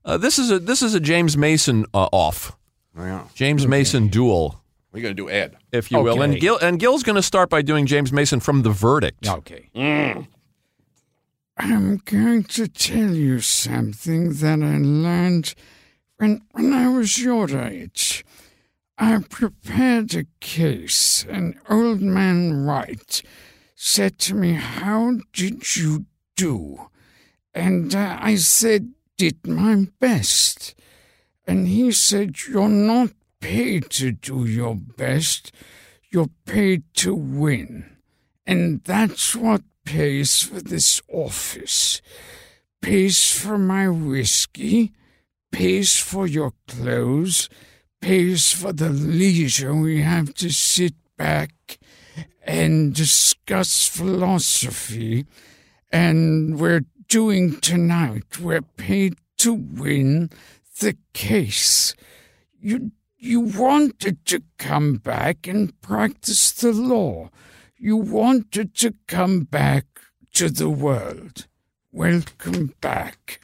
uh, this is a this is a James Mason uh, off
Oh, Yeah.
James Mason duel,
We're gonna do Ed.
if you will. And
Okay.
Gil and Gil's going to start by doing James Mason from the verdict.
Okay. Mm. I'm going to tell you something that I learned when, when I was your age. I prepared a case. An old man Wright said to me, How did you do? And uh, I said, Did my best. And he said, You're not paid to do your best, you're paid to win. And that's what pays for this office. Pays for my whiskey, pays for your clothes, pays for the leisure we have to sit back and discuss philosophy. And we're doing tonight, we're paid to win the case. You, you wanted to come back and practice the law you wanted to come back to the world. Welcome back.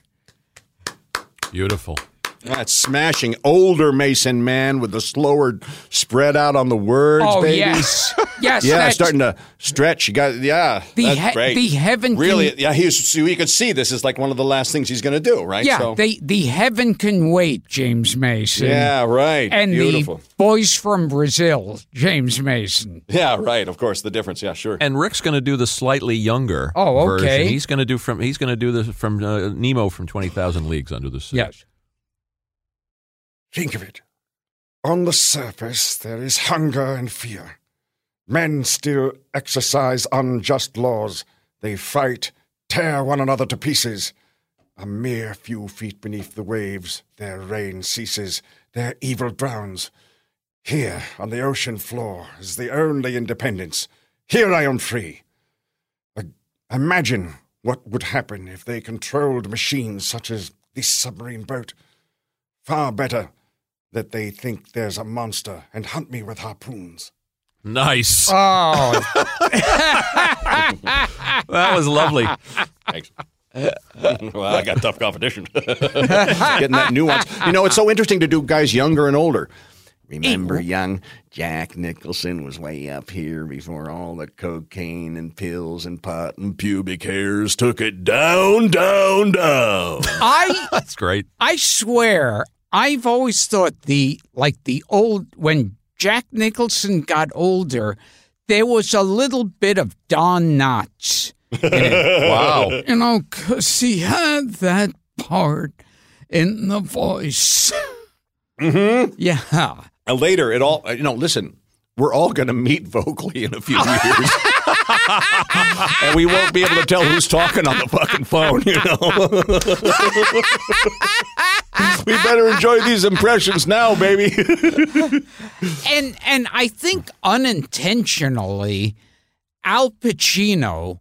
Beautiful.
That's smashing older Mason man with the slower spread out on the words,
Oh,
baby. <laughs>
yes, yes,
Yeah,
that's
starting to stretch. You got yeah.
The
that's
he-
great.
the heaven
really.
can-
Yeah, he was. so You could see this is like one of the last things he's going to do, right?
yeah.
So-
They, the heaven can wait, James Mason.
yeah, right.
and
Beautiful.
the boys from Brazil, James Mason.
yeah, right. Of course, the difference. Yeah, sure.
And Rick's going to do the slightly younger.
Oh, okay.
Version. He's going to do from he's going to do this from uh, Nemo from Twenty Thousand Leagues Under the Sea.
Yes.
Think of it. On the surface, there is hunger and fear. Men still exercise unjust laws. They fight, tear one another to pieces. A mere few feet beneath the waves, their reign ceases, their evil drowns. Here, on the ocean floor, is the only independence. Here I am free. I- Imagine what would happen if they controlled machines such as this submarine boat. Far better that they think there's a monster and hunt me with harpoons.
Nice.
Oh,
that
<laughs>
was lovely.
Thanks. well, I got <laughs> tough competition. Getting that nuance. You know, it's so interesting to do guys younger and older.
Remember, young Jack Nicholson was way up here before all the cocaine and pills and pot and pubic hairs took it down, down,
<laughs>
down.
I
That's great.
I swear, I've always thought the like the old when Jack Nicholson got older, there was a little bit of Don Knotts. in it.
Wow.
You know, 'cause he had that part in the voice.
Mm-hmm.
Yeah. <laughs>
And later, it all, you know, listen, we're all going to meet vocally in
<laughs>
a few years. and we won't be able to tell who's talking on the fucking phone, you know? we better enjoy these impressions
Oh,
now, baby.
And and I think unintentionally, Al Pacino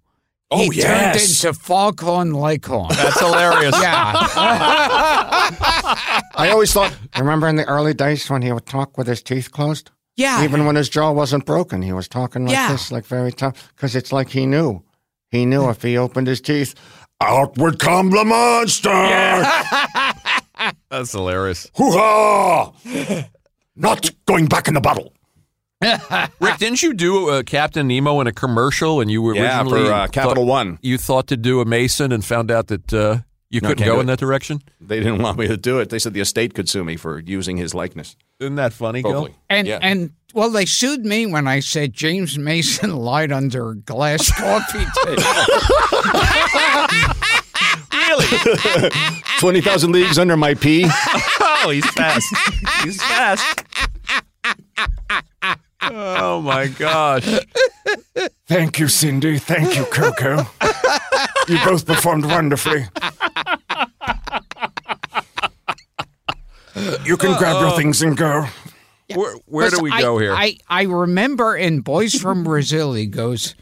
Oh,
he turned
yes.
into Falcon Leghorn.
That's
<laughs>
hilarious.
I always thought. Remember in the early days when he would talk with his teeth closed?
Yeah.
Even when his jaw wasn't broken, he was talking like
Yeah.
this, like very tough, because it's like he knew. He knew if he opened his teeth, outward come the monster.
That's hilarious.
Hoo-ha! <laughs> Not going back in the bottle.
Rick, didn't you do uh, Captain Nemo in a commercial and you were
Yeah,
originally
for, uh, Capital
thought-
One.
You thought to do a Mason and found out that uh, you
No,
couldn't
can't
go
do it.
in that direction?
they didn't want me to do it. They said the estate could sue me for using his likeness.
Isn't that funny, Gil?
Hopefully.
And
Yeah.
and well, they sued me when I said James Mason <laughs> lied under a glass coffee table.
Really?
20,000 leagues under my pee.
oh, he's fast. He's fast. Oh
<laughs>
my gosh.
Thank you, Cindy. Thank you, Coco. you both performed wonderfully. You can grab your things and
<laughs>
go.
Where, where do
Listen,
we
I-
go here?
I, I remember in Boys
<laughs>
from Brazil, he goes,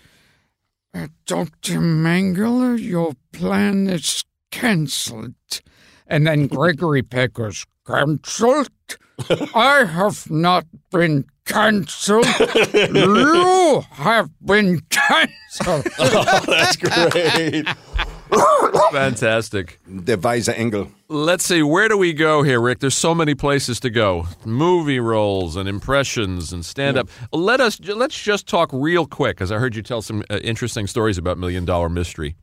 "Uh, Dr. Mangler, your plan is cancelled. And
<laughs>
then Gregory Peck goes, Cancelled? I have not been cancelled. you have been cancelled.
<laughs> That's great.
Fantastic.
Der Weise Engel.
Let's see, where do we go here, Rick? There's so many places to go. Movie roles and impressions and stand up. Let us let's just talk real quick cuz I heard you tell some uh, interesting stories about Million Dollar Mystery,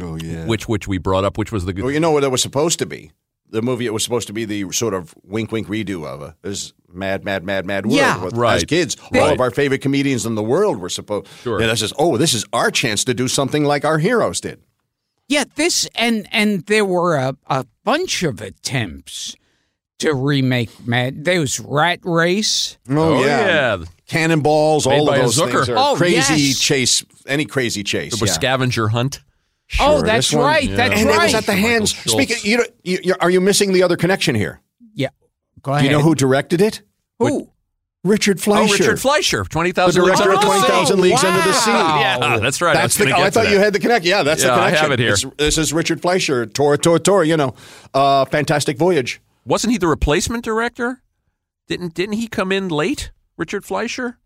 Oh, yeah. Oh,
which which we brought up, which was the
Well, you know what it was supposed to be? The movie it was supposed to be the sort of wink wink redo of it. There's Mad Mad Mad Mad World.
Yeah.
with- As
Right.
kids, all
Right.
of our favorite comedians in the world were supposed.
Sure.
And I says, oh, this is our chance to do something like our heroes did.
Yeah, this and and there were a, a bunch of attempts to remake Mad. There was Rat Race.
Oh, yeah.
Cannonballs,
Made
all
by
of
a
those
Zucker.
things. Are
Oh,
crazy
yes.
chase, any crazy chase.
It was
yeah.
Scavenger Hunt.
oh,
Sure,
that's
this one-
right.
yeah.
That's
And
right.
it was at the
Michael
hands.
Schultz.
Speaking, you know, you, you, are you missing the other connection here?
yeah. Go
Do you know who directed it?
Who?
Richard
Oh,
Fleischer.
Richard Oh, Fleischer,
the
20,000 Leagues
director
Under
of
the Sea.
20,000 Leagues Under the Sea.
wow.
Yeah, that's right.
That's
I was
the,
gonna
oh,
get
I
to
thought
that.
you had the connect. Yeah, that's
Yeah,
the
I have
connection.
it here.
It's- this is Richard Fleischer, Tor, Tor, Tor, you know, uh, Fantastic Voyage.
Wasn't he the replacement director? Didn't didn't he come in late, Richard Fleischer,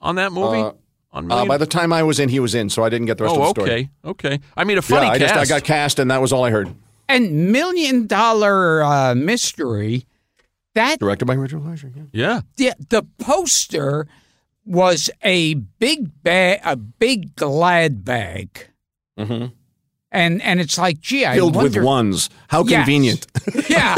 on that movie?
Uh,
on
Uh,
Million-
by the time I was in, he was in, so I didn't get the rest
oh,
of the story.
okay, okay. I mean, a funny
yeah, I
cast.
just I got cast, and that was all I heard.
And Million Dollar uh, Mystery. That
Directed by Richard Fleischer. Yeah.
yeah,
the, the poster was a big bag, a big glad bag,
Mm-hmm.
and and it's like, gee, I
Filled
wonder,
with ones. How
Yes.
convenient.
<laughs> Yeah.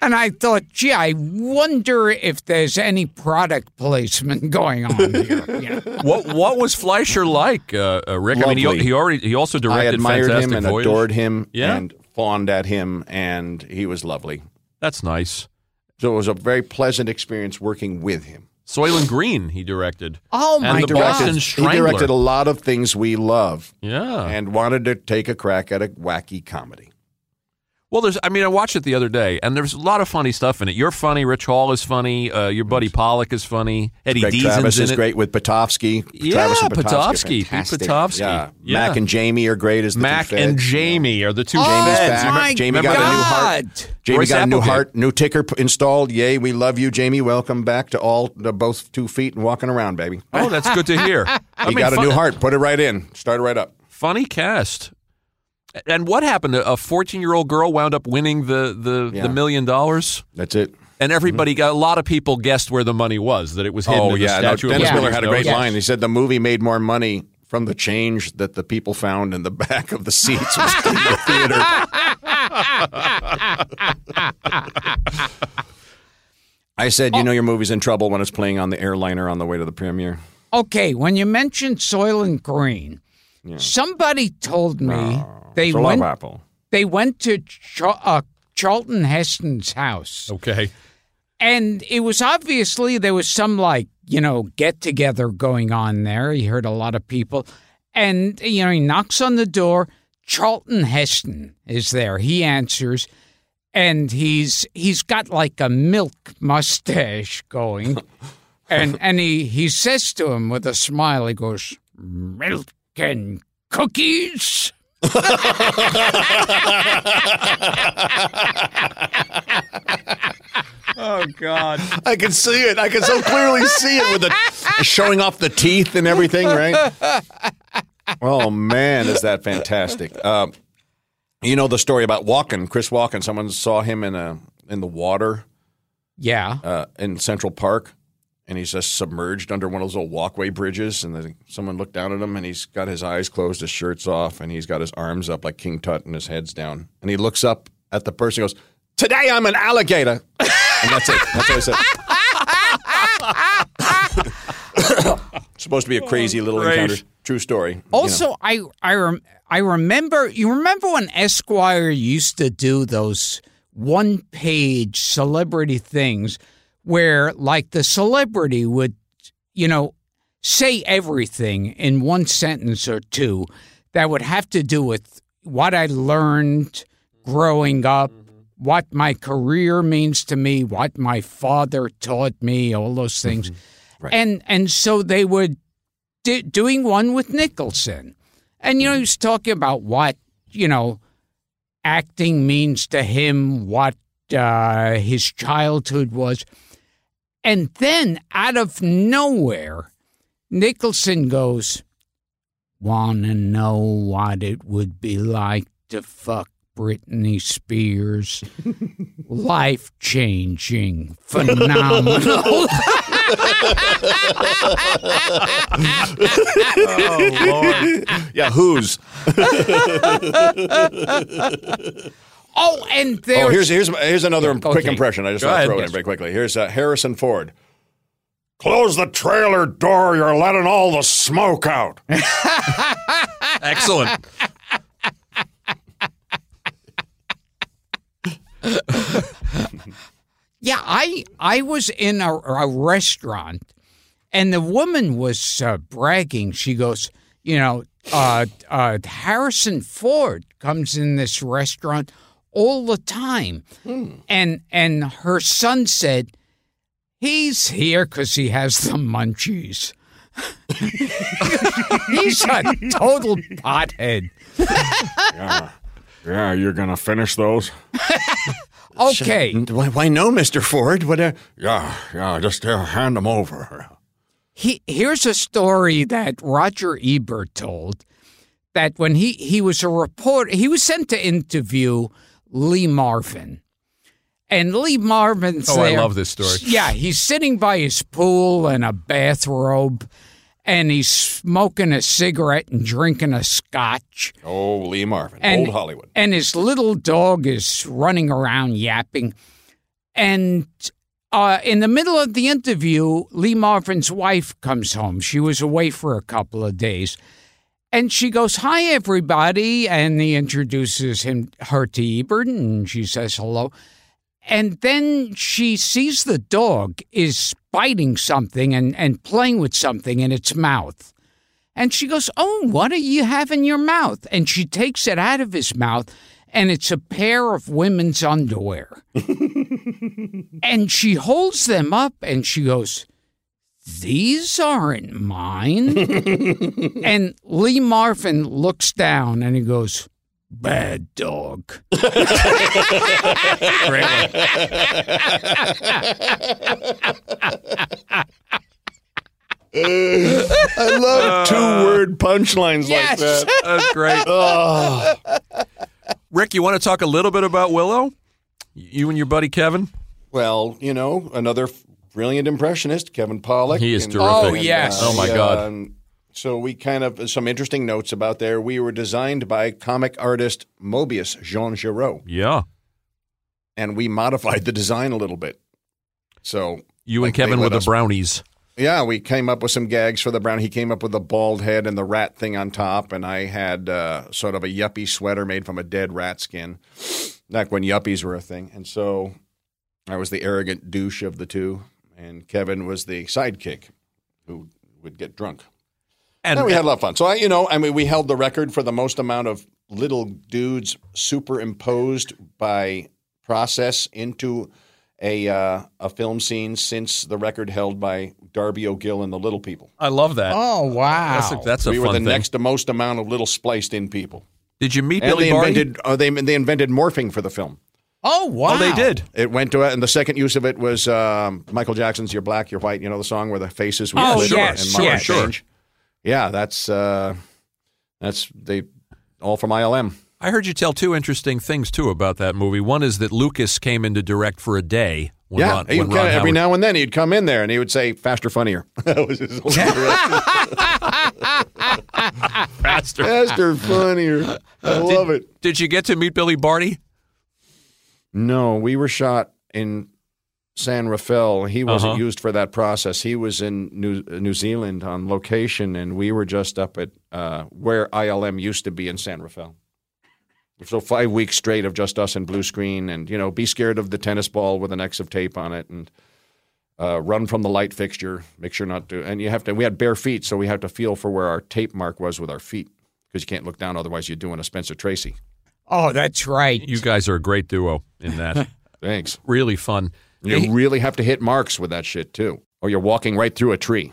and I thought, gee, I wonder if there's any product placement going on here.
<laughs>
you know.
what what was Fleischer like, uh, uh, Rick? I mean, he,
Lovely.
he already he also
I
directed
admired
Fantastic
him and
Voyage.
adored him
Yeah.
and fawned at him, and he was lovely.
That's nice.
So it was a very pleasant experience working with him.
Soylent Green, he directed.
Oh
And
my
the
God.
Boston
he
Strangler.
directed a lot of things we love
yeah.
and wanted to take a crack at a wacky comedy.
Well, there's. I mean, I watched it the other day, and there's a lot of funny stuff in it. You're funny. Rich Hall is funny. Uh, your buddy Pollock is funny. Eddie
Greg
Deason's
Travis
in
is
it.
great with Potofsky.
Yeah,
Travis and
Potofsky.
Potofsky.
Pete
fantastic.
Potofsky.
Yeah.
Yeah.
Mac and Jamie are great as the
Mac
two
and
feds.
Jamie are the two.
Oh,
Jamie's
feds.
back.
my
Jamie
got a new
heart.
God.
Jamie
Royce
got a new
Applegate.
heart, new ticker p- installed. Yay, we love you, Jamie. Welcome back to all to both two feet and walking around, baby.
Oh, that's good to hear.
<laughs> He got a
fun-
new heart. Put it right in. Start it right up.
Funny cast. And what happened? A 14 year old girl wound up winning the, the,
Yeah.
the million dollars.
That's it.
and everybody got a lot of people guessed where the money was that it was hidden.
Oh
in
yeah,
the
no,
Statue of
Dennis
Liberty.
Miller had a great
Yeah.
line. He said the movie made more money from the change that the people found in the <laughs> back of the seats was in the theater. <laughs> I said, you know, your movie's in trouble when it's playing on the airliner on the way to the premiere.
Okay, when you mentioned Soylent Green, somebody told me they
it's a love
went.
apple.
They went to Ch- uh, Charlton Heston's house.
Okay.
And it was obviously there was some like you know get together going on there. He heard a lot of people, and you know he knocks on the door. Charlton Heston is there. He answers, and he's he's got like a milk mustache going, and and he he says to him with a smile. He goes, "Milk and cookies."
Oh God!
I can see it. I can so clearly see it with the
<laughs>
showing off the teeth and everything, right? Oh man, is that fantastic! Uh, you know the story about Walken, Chris Walken. Someone saw him in a in the water
Yeah. <laughs>
uh, in Central Park, and he's just submerged under one of those little walkway bridges. And then someone looked down at him, and he's got his eyes closed, his shirt's off, and he's got his arms up like King Tut, and his head's down. And he looks up at the person, and goes, "Today I'm an alligator," and that's it. That's what I said. Supposed to
<laughs> Oh,
be a crazy little
Great.
encounter. True story.
Also, I I rem- I remember you remember when Esquire used to do those one page celebrity things where like the celebrity would you know say everything in one sentence or two that would have to do with what I learned growing up, what my career means to me, what my father taught me, all those things. And and so they would di- doing one with Nicholson. And, you know, he was talking about what, you know, acting means to him, what uh, his childhood was. And then out of nowhere, Nicholson goes, Wanna know what it would be like to fuck Britney Spears? Life changing, phenomenal. <laughs>
yeah,
<laughs>
who's?
oh, and there's.
Oh, here's here's here's another quick
okay.
impression. I just
Go
want to
ahead.
throw it in
Yes.
very quickly. Here's uh, Harrison Ford.
Close the trailer door. You're letting all the
<laughs>
smoke out.
Excellent.
Yeah, I I was in a, a restaurant, and the woman was uh, bragging. She goes, you know, uh, uh, Harrison Ford comes in this restaurant all the time, and and her son said, he's here because he has the munchies. <laughs> he's a total pothead.
Yeah, you're gonna finish those.
Okay,
Why, why no, Mister Ford? What? uh, A,
Yeah, yeah. Just uh, hand them over.
he here's a story that Roger Ebert told that when he he was a reporter, he was sent to interview Lee Marvin, and Lee Marvin's
Oh, I
there-
love this story.
<laughs> yeah, he's sitting by his pool in a bathrobe, and he's smoking a cigarette and drinking a scotch.
oh, Lee Marvin,
And-
old Hollywood.
And his little dog is running around yapping. And uh, in the middle of the interview, Lee Marvin's wife comes home. She was away for a couple of days. And she goes, Hi, everybody. And he introduces him, her to Ebert, and she says hello. And then she sees the dog is biting something and, and playing with something in its mouth. And she goes, Oh, what do you have in your mouth? And she takes it out of his mouth, and it's a pair of women's underwear. and she holds them up and she goes, These aren't <laughs> mine. and Lee Marvin looks down and he goes, Bad dog.
I
Uh,
love two-word punchlines
Yes.
like that.
That's great.
<laughs>
Rick, you want to talk a little bit about Willow? You and your buddy Kevin.
Well, you know, another f- brilliant impressionist, Kevin Pollock.
He is
and-
terrific. Oh, yes. Oh, my God.
um, so we kind of some interesting notes about there. We were designed by comic artist Mobius Jean Giraud,
Yeah.
and we modified the design a little bit. So
You
like,
and
they
Kevin
let
were the
us-
brownies.
Yeah, we came up with some gags for the brown. He came up with the bald head and the rat thing on top, and I had uh, sort of a yuppie sweater made from a dead rat skin, back when yuppies were a thing. And so I was the arrogant douche of the two, and Kevin was the sidekick who would get drunk. And, we had a lot of fun. So I, you know, I mean, we held the record for the most amount of little dudes superimposed by process into a uh, a film scene since the record held by Darby O'Gill and the Little People.
I love that.
Oh wow!
That's a, that's a
we
fun
were the
thing.
next most amount of little spliced in people.
Did you meet
And
Billy
they
Barty?
invented uh, they they invented morphing for the film.
oh wow!
Oh, they did.
It went to uh, and the second use of it was um, Michael Jackson's "You're Black, You're White." You know the song where the faces would
Oh,
split
yes,
and
sure,
markers
sure.
change? Yeah, that's uh, that's they all from ILM.
I heard you tell two interesting things too about that movie. One is that Lucas came in to direct for a day. When
yeah,
Ron,
he
when
would
Ron
kinda- every
Howard-
now and then he'd come in there and he would say faster, funnier. <laughs> that was his whole
faster.
<laughs> faster,
<laughs>
funnier. I love it.
Did you get to meet Billy Barty?
No, we were shot in San Rafael. He wasn't
Uh-huh.
used for that process. He was in New, uh, New Zealand on location, and we were just up at uh, where ILM used to be in San Rafael. So five weeks straight of just us and blue screen, and you know, be scared of the tennis ball with an X of tape on it, and uh, run from the light fixture. Make sure not to. And you have to. We had bare feet, so we had to feel for where our tape mark was with our feet because you can't look down, otherwise you're doing a Spencer Tracy.
Oh, that's right.
You guys are a great duo in
<laughs>
that.
Thanks.
really fun.
You really have to hit marks with that shit too, or you're walking right through a tree.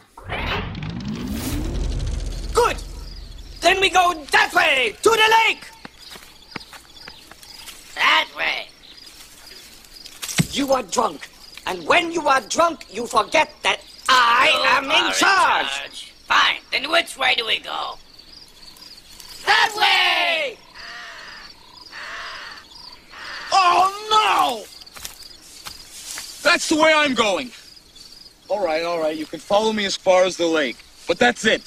Good! Then we go that way, to the lake! That way. You are drunk, and when you are drunk, you forget that I
Oh,
am in charge. Fine, then which way do we go? That way! Oh no!
That's the way I'm going. All right, all right. You can follow me as far as the lake, but that's it.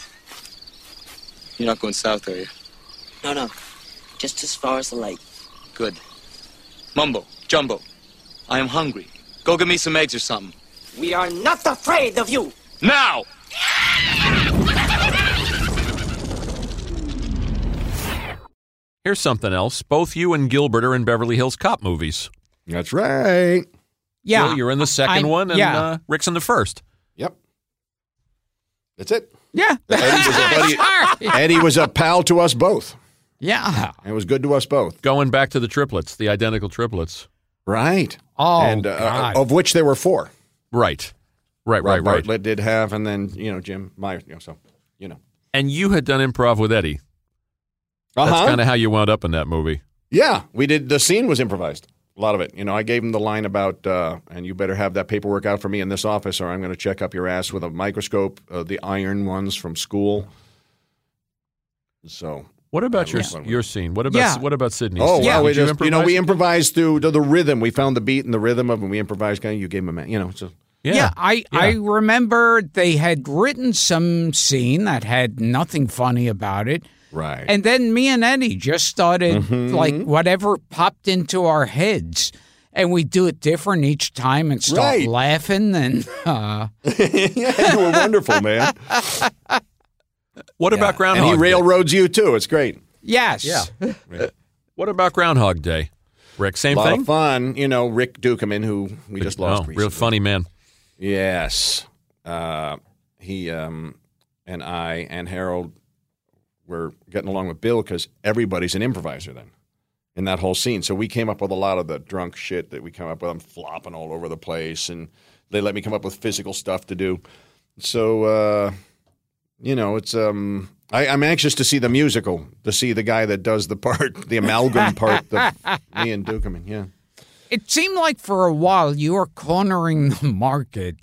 You're not going south, are you?
No, no. Just as far as the lake.
Good. Mumbo, Jumbo, I am hungry. Go get me some eggs or something.
We are not afraid of you!
Now!
Here's something else. Both you and Gilbert are in Beverly Hills Cop movies.
That's right.
Yeah,
Bill, you're in the second
I-
one, and
yeah.
uh, Rick's in the first.
Yep. That's it.
<laughs>
yeah, <laughs>
Eddie was, <laughs> a buddy, Eddie was a pal to us both.
yeah.
It was good to us both.
Going back to the triplets, the identical triplets.
Right.
Oh,
and uh,
God.
of which there were four.
Right. Right,
Rob
right, right.
Bartlett did have, and then you know Jim Meyer. You know, so you know.
And you had done improv with Eddie.
Uh-huh.
That's
Uh-huh.
kind of how you wound up in that movie.
Yeah, we did. The scene was improvised. A lot of it. You know, I gave him the line about, uh, and you better have that paperwork out for me in this office, or I'm going to check up your ass with a microscope, uh, the iron ones from school. So
What about your
Yeah.
your scene? What about
Yeah.
what about Sydney's?
Oh,
scene?
yeah.
Did
We
you
just, you know,
improvise?
we improvised through the, the rhythm. We found the beat and the rhythm of it. We improvised, kind of, you gave him a man, you know. So,
yeah.
I I remember they had written some scene that had nothing funny about it.
right.
And then me and Eddie just started like whatever popped into our heads. And we do it different each time and start
Right.
laughing and <laughs> uh,
<laughs> yeah, you were wonderful,
<laughs>
man.
What about
and
Groundhog?
he
Day?
railroads you, too. It's great.
yes.
Yeah. What about Groundhog Day? Rick, same
a lot
thing.
of fun. You know, Rick Dukeman, who we just lost
no,
recently.
real funny man.
Yes. Uh, he um, and I and Harold were getting along with Bill because everybody's an improviser then in that whole scene. So we came up with a lot of the drunk shit that we come up with. I'm flopping all over the place, and they let me come up with physical stuff to do. So uh, you know, it's um, I, I'm anxious to see the musical to see the guy that does the part, the amalgam part, the, me and Dukeman. Yeah.
It seemed like for a while you were cornering the <laughs> market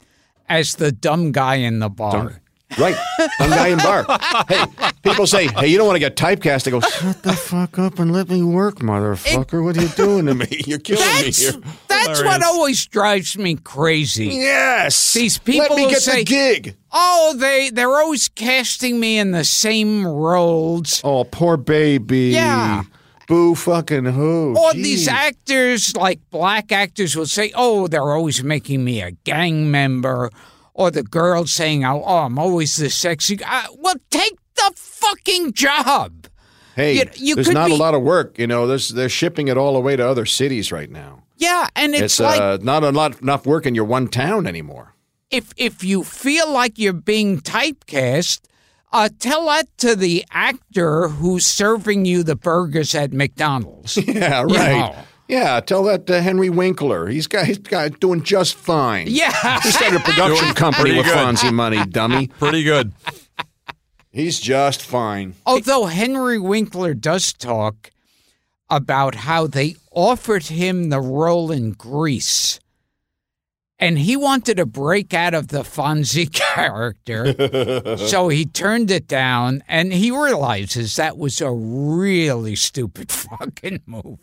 as the dumb guy in the bar.
Right. I'm guy in bar. Hey, people say, hey, you don't want to get typecast. I go, shut the fuck up and let me <laughs> work, motherfucker. What are you doing to me? You're killing
<laughs>
me
That's
here.
that's
That's what always drives me crazy.
Yes.
These people
Let me
who
get the
say,
gig.
Oh, they they're always casting me in the same roles.
Oh, poor baby.
Yeah.
Boo fucking who?
All
Gee.
these actors, like black actors, will say, "Oh, they're always making me a gang member," or the girl saying, "Oh, oh, I'm always the sexy." guy. well, take the fucking job.
Hey,
you- you
there's
could
not
be-
a lot of work. You know, there's, they're shipping it all away to other cities right now.
Yeah, and it's, like
uh, not a lot enough work in your one town anymore. <laughs>
if if you feel like you're being typecast, uh, tell that to the actor who's serving you the burgers at McDonald's. <laughs>
Yeah,
You
right.
know.
Yeah, tell that to Henry Winkler. He's got he's got doing just fine.
Yeah.
he started a production
Doing
company
pretty
with
good.
Fonzie money, dummy.
Pretty <laughs> good.
He's just fine.
Although Henry Winkler does talk about how they offered him the role in Greece. And he wanted to break out of the Fonzie <laughs>
<laughs>
character. so he turned it down and he realizes that was a really stupid <laughs> fucking move.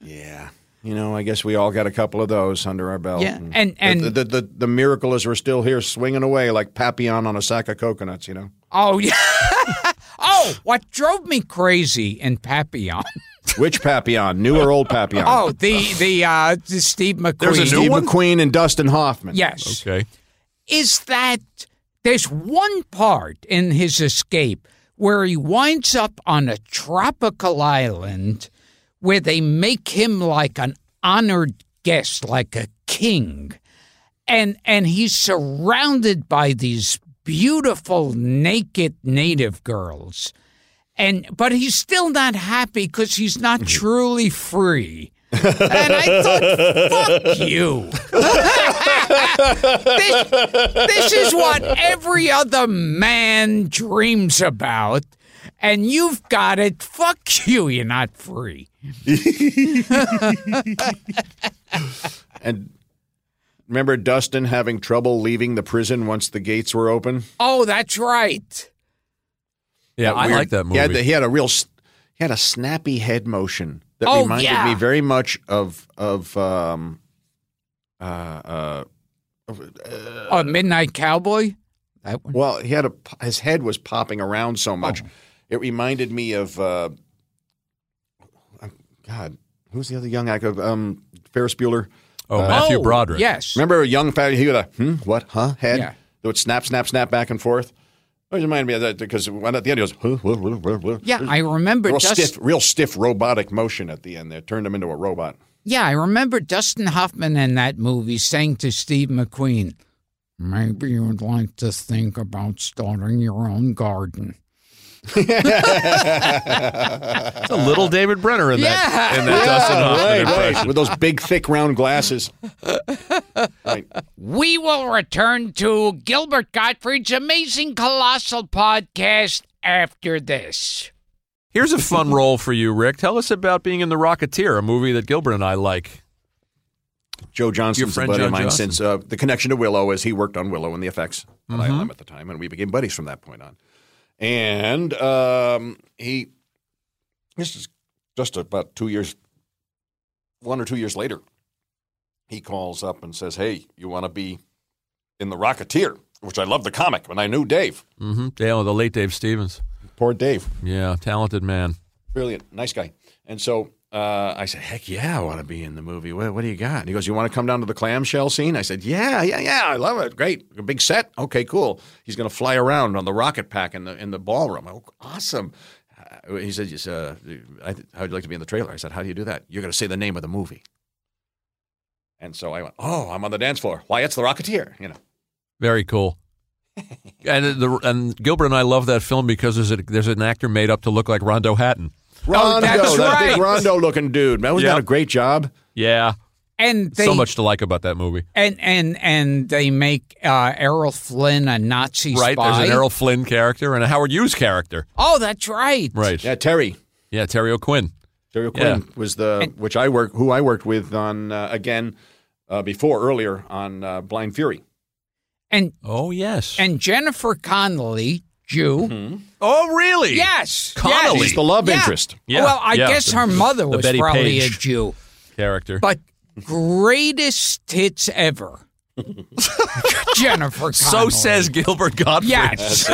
Yeah. You know, I guess we all got a couple of those under our belt.
Yeah, and- and-
the, the, the the miracle is we're still here swinging away like Papillon on a sack of coconuts. You know.
Oh, yeah. <laughs> oh, what drove me crazy in
<laughs>
Papillon. <laughs>
Which Papillon, new or old Papillon?
Oh, the the uh the Steve McQueen.
there's a Steve McQueen and Dustin Hoffman.
Yes.
Okay.
is that there's one part in his escape where he winds up on a tropical island where they make him like an honored guest, like a king. And and he's surrounded by these beautiful naked native girls. And but he's still not happy because he's not truly free. And I thought, fuck you. <laughs> this, this is what every other man dreams about, and you've got it. Fuck you, you're not free.
And remember Dustin having trouble leaving the prison once the gates were open.
Oh, that's right.
Yeah, I
weird-
like
He
that movie.
had, the- he had a real, s- he had a snappy head motion that
Oh,
reminded
yeah.
me very much of of um, uh, uh,
Oh, Midnight Cowboy? That one.
well, he had a his head was popping around so much,
Oh.
it reminded me of uh, God, who's the other young actor? Um, Ferris Bueller.
Oh, Matthew Broderick.
Yes.
Remember a young fat? He had a hmm, what, huh? Head
Yeah.
that would snap, snap, snap back and forth. It reminded me of that because when at the end he goes, huh, huh, huh, huh, huh.
Yeah, I remember
real
Dust-
stiff, real stiff robotic motion at the end. There turned him into a robot.
Yeah, I remember Dustin Hoffman in that movie saying to Steve McQueen, Maybe you'd like to think about starting your own garden.
It's a little David Brenner in that
Yeah.
in that
<laughs>
Dustin Hoffman
right,
impression.
right, with those big, thick, round glasses. Right.
We will return to Gilbert Gottfried's amazing colossal podcast after this.
Here's a fun role for you, Rick. Tell us about being in The Rocketeer, a movie that Gilbert and I like.
Joe
Your
Johnson's a
friend
buddy
Joe
of mine
Johnson. Mm-hmm.
since uh, the connection to Willow is he worked on Willow and the effects at ILM at the time, and we became buddies from that point on. And um, he, this is just about two years, one or two years later, he calls up and says, "Hey, you want to be in the Rocketeer?" Which I love the comic, and I knew Dave.
Mm-hmm. Dale, the late Dave Stevens.
Poor Dave.
Yeah, talented man.
Brilliant, nice guy. And so uh, I said, "Heck yeah, I want to be in the movie. What, what do you got?" And he goes, "You want to come down to the clamshell scene?" I said, "Yeah, yeah, yeah. I love it. Great, a big set. Okay, cool. He's going to fly around on the rocket pack in the in the ballroom. Oh, awesome." Uh, He said, yes, uh, I, "How'd you like to be in the trailer?" I said, "How do you do that? You're going to say the name of the movie." And so I went, "Oh, I'm on the dance floor. Why, it's the Rocketeer." You know.
<laughs>
Very cool. and the and Gilbert and I love that film because there's a, there's an actor made up to look like Rondo Hatton.
Oh,
Rondo,
that's
that
right.
big Rondo looking dude. Man, wasn't
Yeah.
that a great job?
Yeah,
And they
so much to like about that movie.
and and and they make uh, Errol Flynn a Nazi
Right,
spy.
there's an Errol Flynn character and a Howard Hughes character.
Oh, that's right.
Right.
Yeah, Terry.
Yeah, Terry O'Quinn.
Terry
Yeah.
O'Quinn was the which I work who I worked with on uh, again uh, before earlier on uh, Blind Fury.
And
Oh yes.
and Jennifer Connelly, Jew.
oh really?
Yes.
Connelly.
yes.
She's the love
Yeah.
interest.
Yeah,
Well, I
yeah.
guess her mother
The
was
Betty
probably
Page.
a Jew,
Character.
but greatest tits ever.
<laughs>
Jennifer.
So
Connelly.
says Gilbert Gottfried. <laughs>
Yes.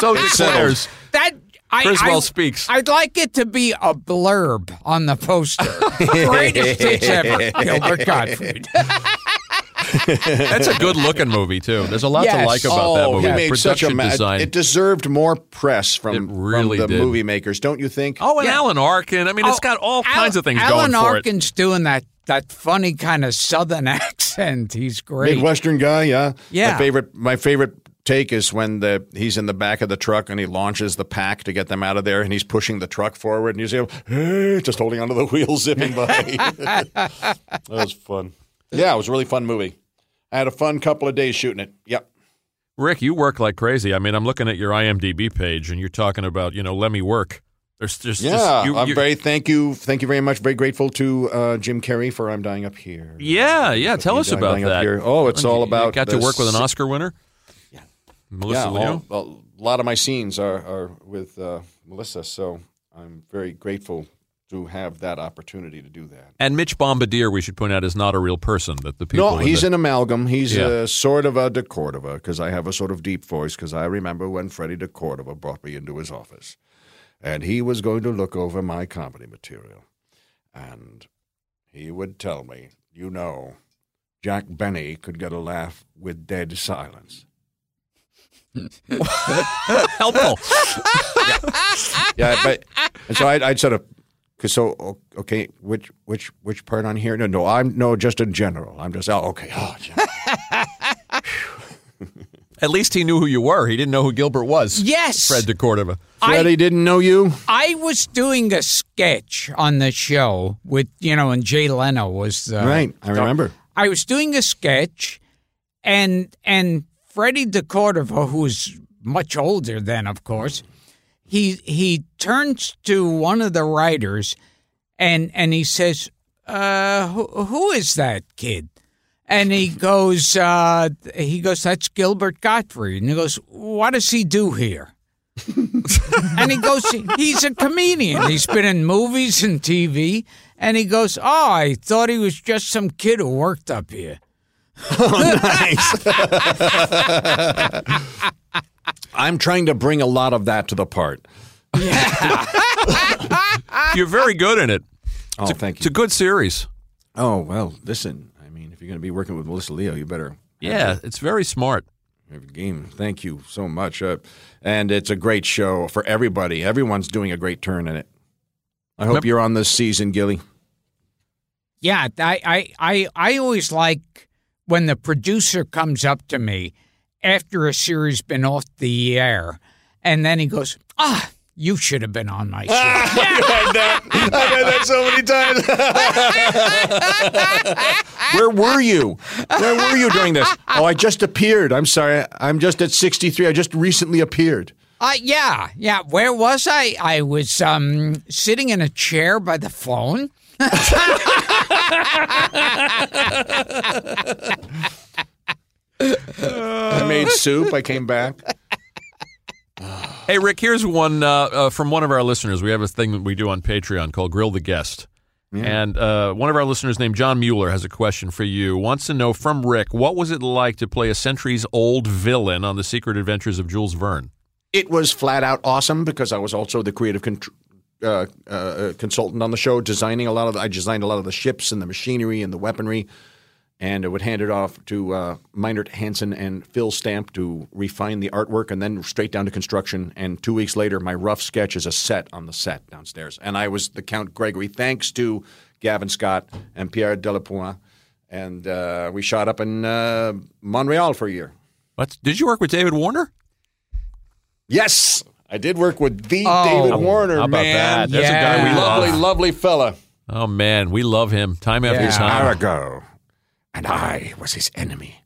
so
It's settled.
declares.
That I,
Criswell
I-
speaks.
I'd like it to be a blurb on the
<laughs>
poster. Greatest tits ever, Oh, Gilbert Gottfried.
That's a good looking movie too. There's a lot to like about that movie.
Oh, He made such a
Production
ma-
design.
It deserved more press from,
really
from the
did.
movie makers, don't you think?
oh, and Alan Arkin. I mean, it's
Oh,
got all
Al-
kinds of things
Alan
going for it.
Arkin's doing that that funny kind of southern <laughs> accent. He's great.
Midwestern guy, yeah.
Yeah.
My favorite my favorite take is when the he's in the back of the truck and he launches the pack to get them out of there and he's pushing the truck forward and you see him "Eh," just holding onto the <laughs> wheel zipping
<laughs>
by. that was fun. Yeah, it was a really fun movie. I had a fun couple of days shooting it. Yep.
Rick, you work like crazy. I mean, I'm looking at your IMDb page, and you're talking about you know let me work. There's just
Yeah,
just- you-
I'm
you-
very thank you, thank you very much. Very grateful to uh, Jim Carrey for "I'm Dying Up Here."
yeah, yeah. Tell us
Dying
about
Up
that.
Here. Oh, it's
You-
all
you
about
Got to
the
work with an
si-
Oscar winner. Yeah, Melissa
yeah,
Leo.
all- a lot of my scenes are, are with uh, Melissa, so I'm very grateful to have that opportunity to do that.
And Mitch Bombardier, we should point out, is not a real person. That the people.
no, he's
<laughs> the,
an amalgam. He's
Yeah.
a sort of a de Cordova because I have a sort of deep voice because I remember when Freddie de Cordova brought me into his office, and he was going to look over my comedy material, and he would tell me, you know, Jack Benny could get a laugh with dead silence.
helpful.
yeah, but <laughs> and so I'd, I'd sort of, cause so o- okay, which which which part on here? No, no, I'm no, just in general. I'm just oh, okay. Oh, yeah.
At least he knew who you were. He didn't know who Gilbert was.
Yes.
Fred de Cordova.
I-
Freddie didn't know you.
I was doing a sketch on the show with you know, and Jay Leno was uh,
right, I remember.
I was doing a sketch, and and Freddie De Cordova, who's much older than, of course, he he turns to one of the writers, and and he says, uh, who, "Who is that kid?" And he goes, uh, he goes, "That's Gilbert Gottfried." And he goes, "What does he do here?" and he goes, he's a comedian. He's been in movies and TV. And he goes, oh, I thought he was just some kid who worked up here.
I'm trying to bring a lot of that to the part.
You're very good in it.
Oh, thank
It's a
you.
good series.
Oh well, listen. I mean, if you're going to be working with Melissa Leo, you better
Yeah, it's very smart.
Every game. Thank you so much. Uh, and it's a great show for everybody. Everyone's doing a great turn in it. I hope
Yep.
you're on this season, <laughs> Gilly.
Yeah, I, I, I, I always like when the producer comes up to me after a series been off the air, and then he goes, ah, you should have been on my
Ah.
show.
I've had that so many times. <laughs> Where were you? Where were you during this? Oh, I just appeared. I'm sorry. I'm just at 63. I just recently appeared.
Uh, yeah, yeah. Where was I? I was um, sitting in a chair by the phone.
I made soup. I came back.
Hey, Rick, here's one uh, uh, from one of our listeners. We have a thing that we do on Patreon called Grill the Guest. And uh, one of our listeners named John Mueller has a question for you. Wants to know from Rick, what was it like to play a centuries old villain on The Secret Adventures of Jules Verne?
It was flat out awesome because I was also the creative contr uh, uh, consultant on the show, designing a lot of. The, I designed a lot of the ships and the machinery and the weaponry, and I would hand it off to uh, Meinert Hansen and Phil Stamp to refine the artwork, and then straight down to construction. And two weeks later, my rough sketch is a set on the set downstairs, and I was the Count Gregory, thanks to Gavin Scott and Pierre Delapointe, and uh, we shot up in uh, Montreal for a year.
What? Did you work with David Warner?
Yes, I did work with the
Oh.
David Warner.
How about
man.
that? There's a guy
Yeah.
we
Lovely,
love.
lovely fella.
Oh, man, we love him time after
Yeah.
time.
ago, and I was his enemy.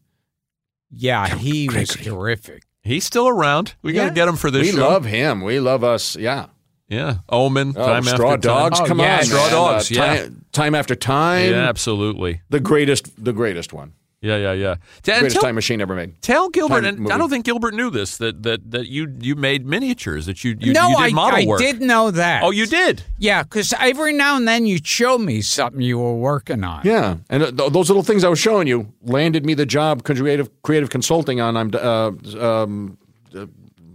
Yeah, he was terrific.
He's still around. We got to
Yeah.
get him for this
we
show.
love him. We love us. Yeah.
yeah. Omen,
Oh,
time
straw
after
dogs.
time.
Oh,
come
yeah.
on,
Straw
man.
Dogs,
Ti-
yeah.
Time, after time.
Yeah, absolutely.
The greatest. The greatest one.
Yeah, yeah, yeah. Ta- and
Greatest
tell-
time machine ever made.
Tell Gilbert,
Time
and I
movie.
don't think Gilbert knew this that that, that you you made miniatures that you you,
no,
you did
I,
model
I
work.
did know that.
Oh, you did.
Yeah, because every now and then you'd show me something you were working on.
Yeah, and uh, th- those little things I was showing you landed me the job creative creative consulting on I'm uh, um, uh,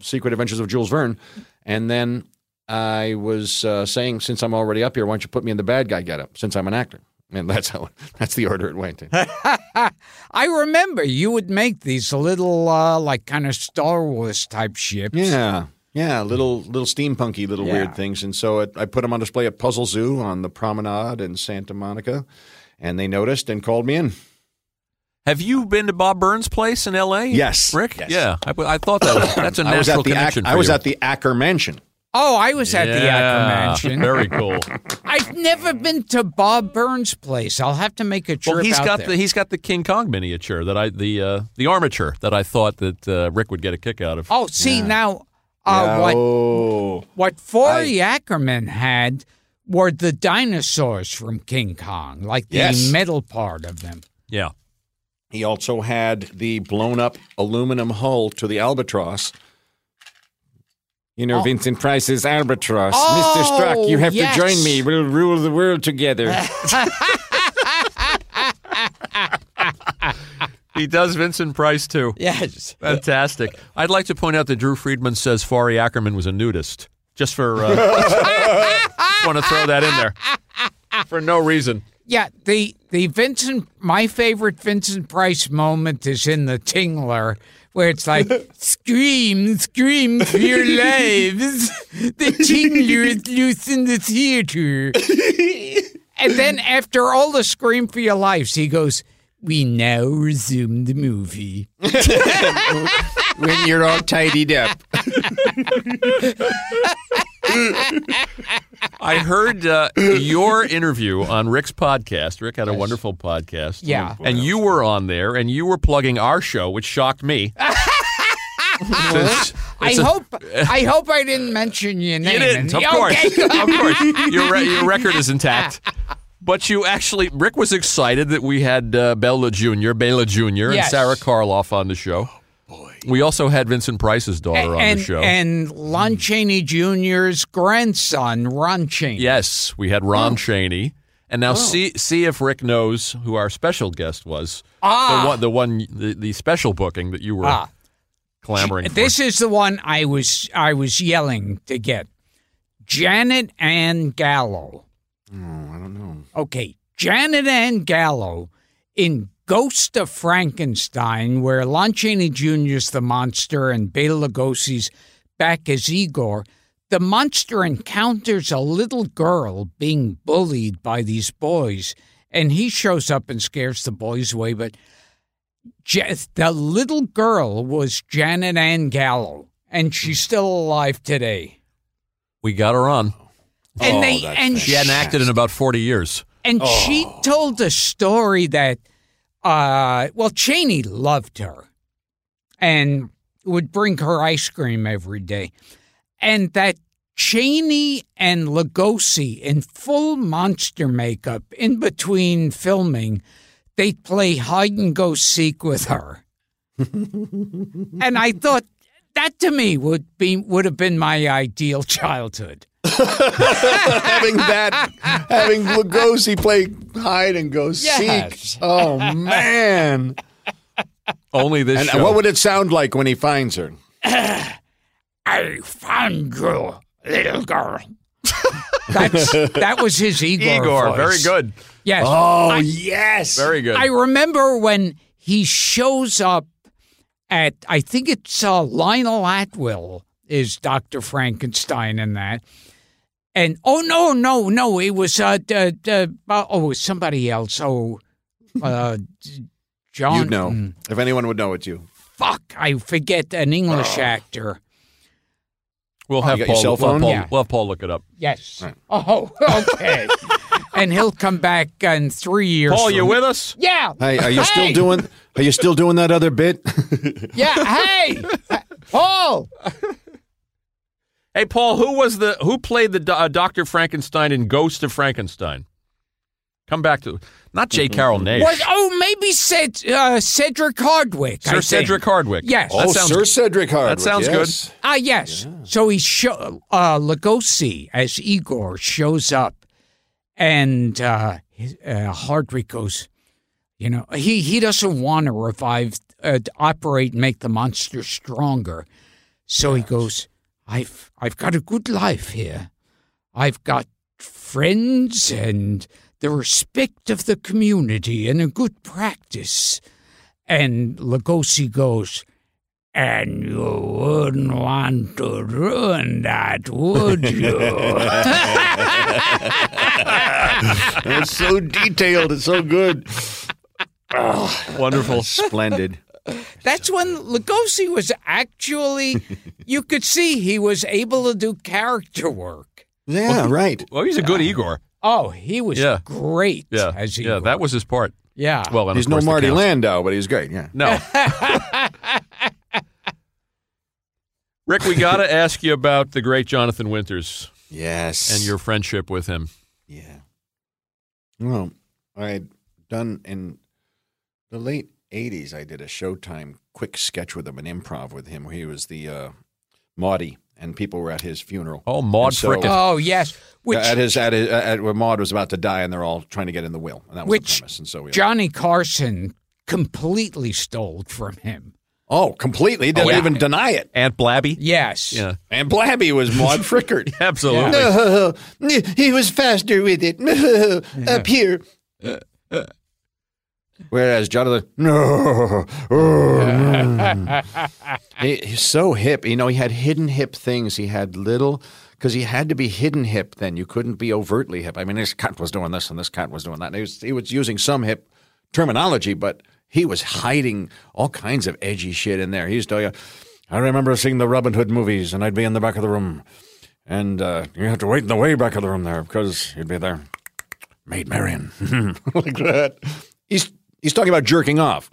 Secret Adventures of Jules Verne, and then I was uh, saying since I'm already up here, why don't you put me in the bad guy getup since I'm an actor, and that's how <laughs> that's the order it went. in.
I remember you would make these little, uh, like, kind of Star Wars type ships.
Yeah. Yeah, little little steampunky little
Yeah.
weird things, and so it, I put them on display at Puzzle Zoo on the Promenade in Santa Monica, and they noticed and called me in.
Have you been to Bob Burns' place in L.A.?
Yes.
Rick. Yeah, I, I thought that was, that's a natural
<coughs> I was at the Ac-
connection. for
I was
you.
at the Acker Mansion.
Oh, I was at the Acker
Yeah,
Mansion.
Very
<laughs>
cool.
I've never been to Bob Burns' place. I'll have to make a trip
Well, he's
out
got
there.
the he's got the King Kong miniature that I the uh, the armature that I thought that uh, Rick would get a kick out of.
Oh, see now,
Oh,
uh,
oh, what
what Forey Ackerman had were the dinosaurs from King Kong, like the
Yes.
metal part of them.
Yeah.
He also had the blown up aluminum hull to the Albatross. You know, Vincent Price's Albatross.
Oh,
Mr. Strzok, you have
yes.
to join me. We'll rule the world together.
<laughs>
He does Vincent Price too.
<laughs> Yes.
Fantastic. I'd like to point out that Drew Friedman says Fari Ackerman was a nudist. Just
<laughs>
for uh, want to throw that in there for no reason.
Yeah, the the Vincent, my favorite Vincent Price moment is in the Tingler, where it's
<laughs>
like, "Scream, scream for your lives! The Tingler is loose in the theater." and then after all the scream for your lives, he goes, "We now resume the movie."
when you're all tidied up.
I heard uh, your interview on Rick's podcast. Rick had a wonderful podcast.
Yeah.
And you were on there and you were plugging our show, which
<laughs>
shocked me. Since
I
it's a- <laughs>
hope I hope I didn't mention your name.
You didn't, of
Okay.
course. of course. Your, re- your record is intact. But you actually, Rick was excited that we had uh, Bella Jr., Bella Jr., and
Yes.
Sarah Karloff on the show. boy. We also had Vincent Price's daughter on
and,
the show.
and Lon Chaney Jr.'s grandson, Ron Chaney.
yes, we had Ron
Oh.
Cheney. And now see see if Rick knows who our special guest was.
Ah.
The one, the, one the, the special booking that you were
Ah.
clamoring for.
This is the one I was I was yelling to get. Janet Ann Gallo.
Oh, I don't know.
Okay, Janet Ann Gallo in Ghost of Frankenstein, where Lon Chaney Jr. is the monster and Bela Lugosi's back as Igor. The monster encounters a little girl being bullied by these boys, and he shows up and scares the boys away. But Ja- the little girl was Janet Ann Gallo, and she's still alive today.
We got her on.
And Oh, they- that's and
she hadn't acted in about 40 years.
And she told a story that, uh, well, Cheney loved her and would bring her ice cream every day. And that Cheney and Lugosi in full monster makeup in between filming, they'd play hide and go seek with her. and I thought that to me would be would have been my ideal childhood.
<laughs> having that, having Lugosi play hide and go
Yes.
seek. Oh, man.
Only this
And uh,
show.
what would it sound like when he finds her?
I found you, little girl. <laughs> That's, that was his Igor.
Igor, very
voice.
good.
Yes.
Oh,
I-
yes.
Very good.
I remember when he shows up at, I think it's uh, Lionel Atwill is Dr. Frankenstein in that. And, oh, no, no, no, it was, uh, d- d- uh, oh, it was somebody else. Oh, uh, d- John.
You'd know. If anyone would know, it's you.
Fuck, I forget an English actor.
We'll have
Oh, You got
Paul.
your cell
We'll, have
phone?
Paul
Yeah.
we'll have Paul look it up.
Yes. Oh, <laughs> okay. and he'll come back in three years.
Paul, you
from-
with us?
Yeah.
Hey, are you still
Hey!
doing? Are you still doing that other <laughs> bit?
Yeah.
<laughs>
Hey, Paul.
Hey, Paul, who was the who played the do- uh, Doctor Frankenstein in Ghost of Frankenstein? Come back to not Jay Carroll Nate.
Was, Mm-hmm. oh, maybe Ced, uh, Cedric Hardwick. I
Sir
think.
Cedric Hardwick.
Yes.
Oh, Sir Cedric Hardwick.
That sounds
yes.
Ah, yes. So he show uh, Lugosi as Igor shows up, and uh, his- uh, Hardwick goes, you know, he he doesn't want to revive, uh, to operate, and make the monster stronger. So he goes, I've I've got a good life here. I've got friends and the respect of the community and a good practice. And Lugosi goes, and you wouldn't want to ruin that, would you?
It's <laughs> so detailed. It's so good.
<laughs> Wonderful.
Splendid.
<laughs> That's when Lugosi was actually, you could see he was able to do character work.
Yeah, right.
Well, he's a good Igor.
Oh, he was
Yeah.
great
Yeah.
as
Yeah,
Igor.
that was his part.
Yeah.
Well, and
He's
of
no
course the
Marty
count.
Landau, but he's great. Yeah.
No.
<laughs>
Rick, we got to ask you about the great Jonathan Winters
Yes.
and your friendship with him.
Yeah. Well, I had done in the late '80s. I did a Showtime quick sketch with him, an improv with him, where he was the uh, Maudie, and people were at his funeral.
Oh, Maud
And so-
Frickett.
oh, yes. Which
at his at his at where Maud was about to die, and they're all trying to get in the will, and that was
Which
the premise. And so we
Johnny Carson completely stole from him.
oh, completely didn't
yeah.
even deny it.
Aunt Blabby.
Yes.
Yeah.
And Blabby was Maud Frickert.
Absolutely.
No, he was faster with it up here. Whereas Jonathan, no, Mm. he, he's so hip. You know, he had hidden hip things. He had little because he had to be hidden hip. Then you couldn't be overtly hip. I mean, this cat was doing this and this cat was doing that. And he was he was using some hip terminology, but he was hiding all kinds of edgy shit in there. He used to. go, I remember seeing the Robin Hood movies, and I'd be in the back of the room, and uh, you have to wait in the way back of the room there because you'd be there. Maid Marian. <laughs> like that. He's he's talking about jerking off.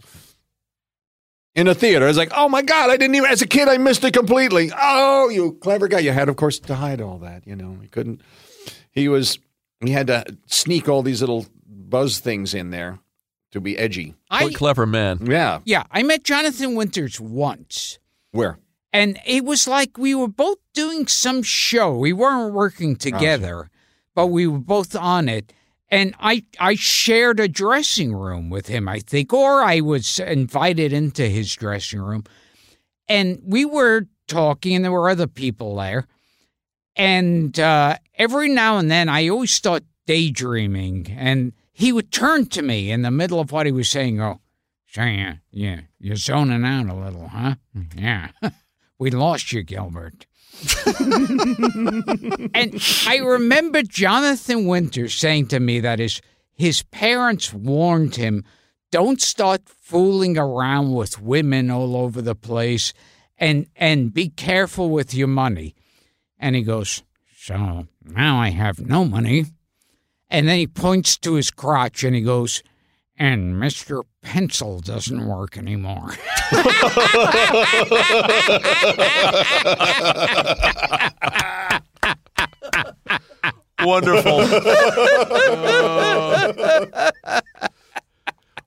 In a theater, it's like, oh my god, I didn't even. As a kid, I missed it completely. Oh, you clever guy! You had, of course, to hide all that. You know, he couldn't. He was. He had to sneak all these little buzz things in there to be edgy.
What a
I,
clever man.
Yeah.
yeah, I met Jonathan Winters once.
Where?
And it was like we were both doing some show. We weren't working together, but we were both on it. And I, I shared a dressing room with him, I think, or I was invited into his dressing room. And we were talking, and there were other people there. And uh, every now and then, I always start daydreaming. And he would turn to me in the middle of what he was saying, go, Shane, yeah, you're zoning out a little, huh? Yeah. we lost you, Gilbert. and I remember Jonathan Winters saying to me that his, his parents warned him don't start fooling around with women all over the place and, and be careful with your money. And he goes, So now I have no money. And then he points to his crotch and he goes, And Mr. Pencil doesn't work anymore.
Wonderful. <laughs>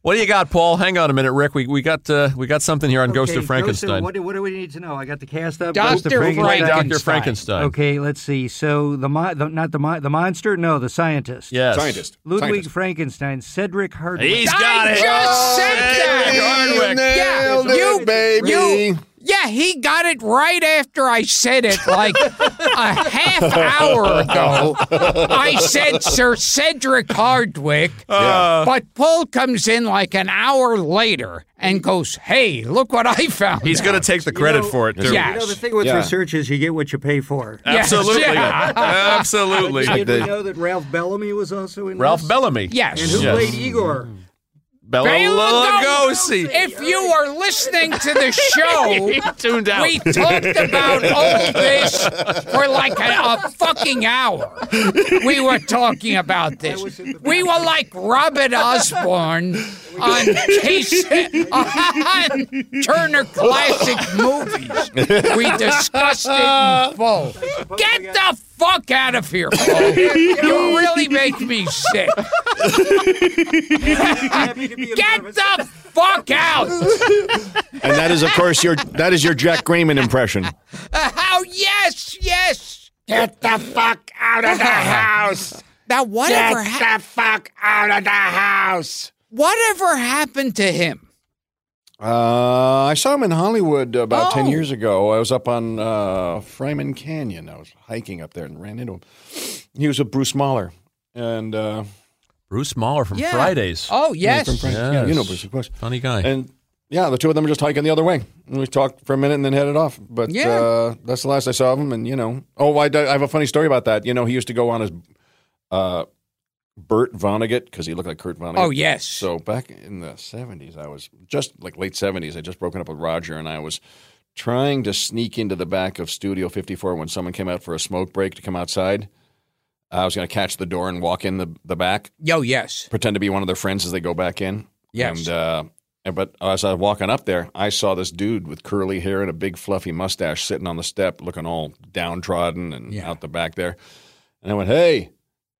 what do you got, Paul? Hang on a minute, Rick. We we got uh, we got something here on Ghost
Okay,
of Frankenstein.
what, do- what do we need to know? I got the cast up. Ghost of
Dr.
Play
Frankenstein.
Dr. Frankenstein.
Okay, let's see. So the, mi- the not the mi- the monster, no, the scientist.
Yes.
Scientist.
Ludwig
Scientist.
Frankenstein, Cedric Hardwick.
He's got
I
it.
just said
Cedric
that.
Hardwick.
Yeah,
Nailed it, baby.
you- yeah, he got it right after I said it, like a half hour ago. I said Sir Cedric Hardwick,
Uh.
but Paul comes in like an hour later and goes, "Hey, look what I found."
He's going to take the credit for it, too.
Yeah.
You know, the thing with
Yeah.
research is you get what you pay for.
Yes.
Absolutely.
Yeah.
Absolutely.
Did
the-
we know that Ralph Bellamy was also in
Ralph
this?
Bellamy.
Yes.
And who
Yes.
played Igor?
Bella
Bela
Lugosi.
If you are listening to the
<laughs>
show,
tuned out.
we talked about all this for like a, a fucking hour. We were talking about this. We were like Robert Osborne on case <laughs> on Turner Classic Movies. We discussed it in full. Get the fuck out of here, Paul. you really make me sick. Get the fuck out!
And that is, of course, your that is your Jack Grayman impression.
Oh, yes, yes.
Get the fuck out of the house.
<laughs> Now, whatever
Get
happened.
the fuck out of the house.
Whatever happened to him?
Uh, I saw him in Hollywood about ten
Oh.
years ago. I was up on uh, Fryman Canyon. I was hiking up there and ran into him. He was with Bruce Mahler, and uh,
Bruce Mahler from
Yeah.
Fridays.
Oh, yes.
from Fridays. Yeah, you know
Yes.
Bruce, of course.
Funny guy.
And yeah, the two of them were just hiking the other way. And we talked for a minute and then headed off. But
Yeah.
uh, that's the last I saw of him. And, you know, oh, I, do- I have a funny story about that. You know, he used to go on his uh, Bert Vonnegut because he looked like Kurt Vonnegut.
Oh, yes.
So back in the 70s, I was just like late 70s, I just broken up with Roger and I was trying to sneak into the back of Studio 54 when someone came out for a smoke break to come outside. I was going to catch the door and walk in the, the back
Yo, yes.
pretend to be one of their friends as they go back in.
Yes.
And, uh, and- but as I was walking up there, I saw this dude with curly hair and a big fluffy mustache sitting on the step, looking all downtrodden and
Yeah.
out the back there. And I went, "Hey,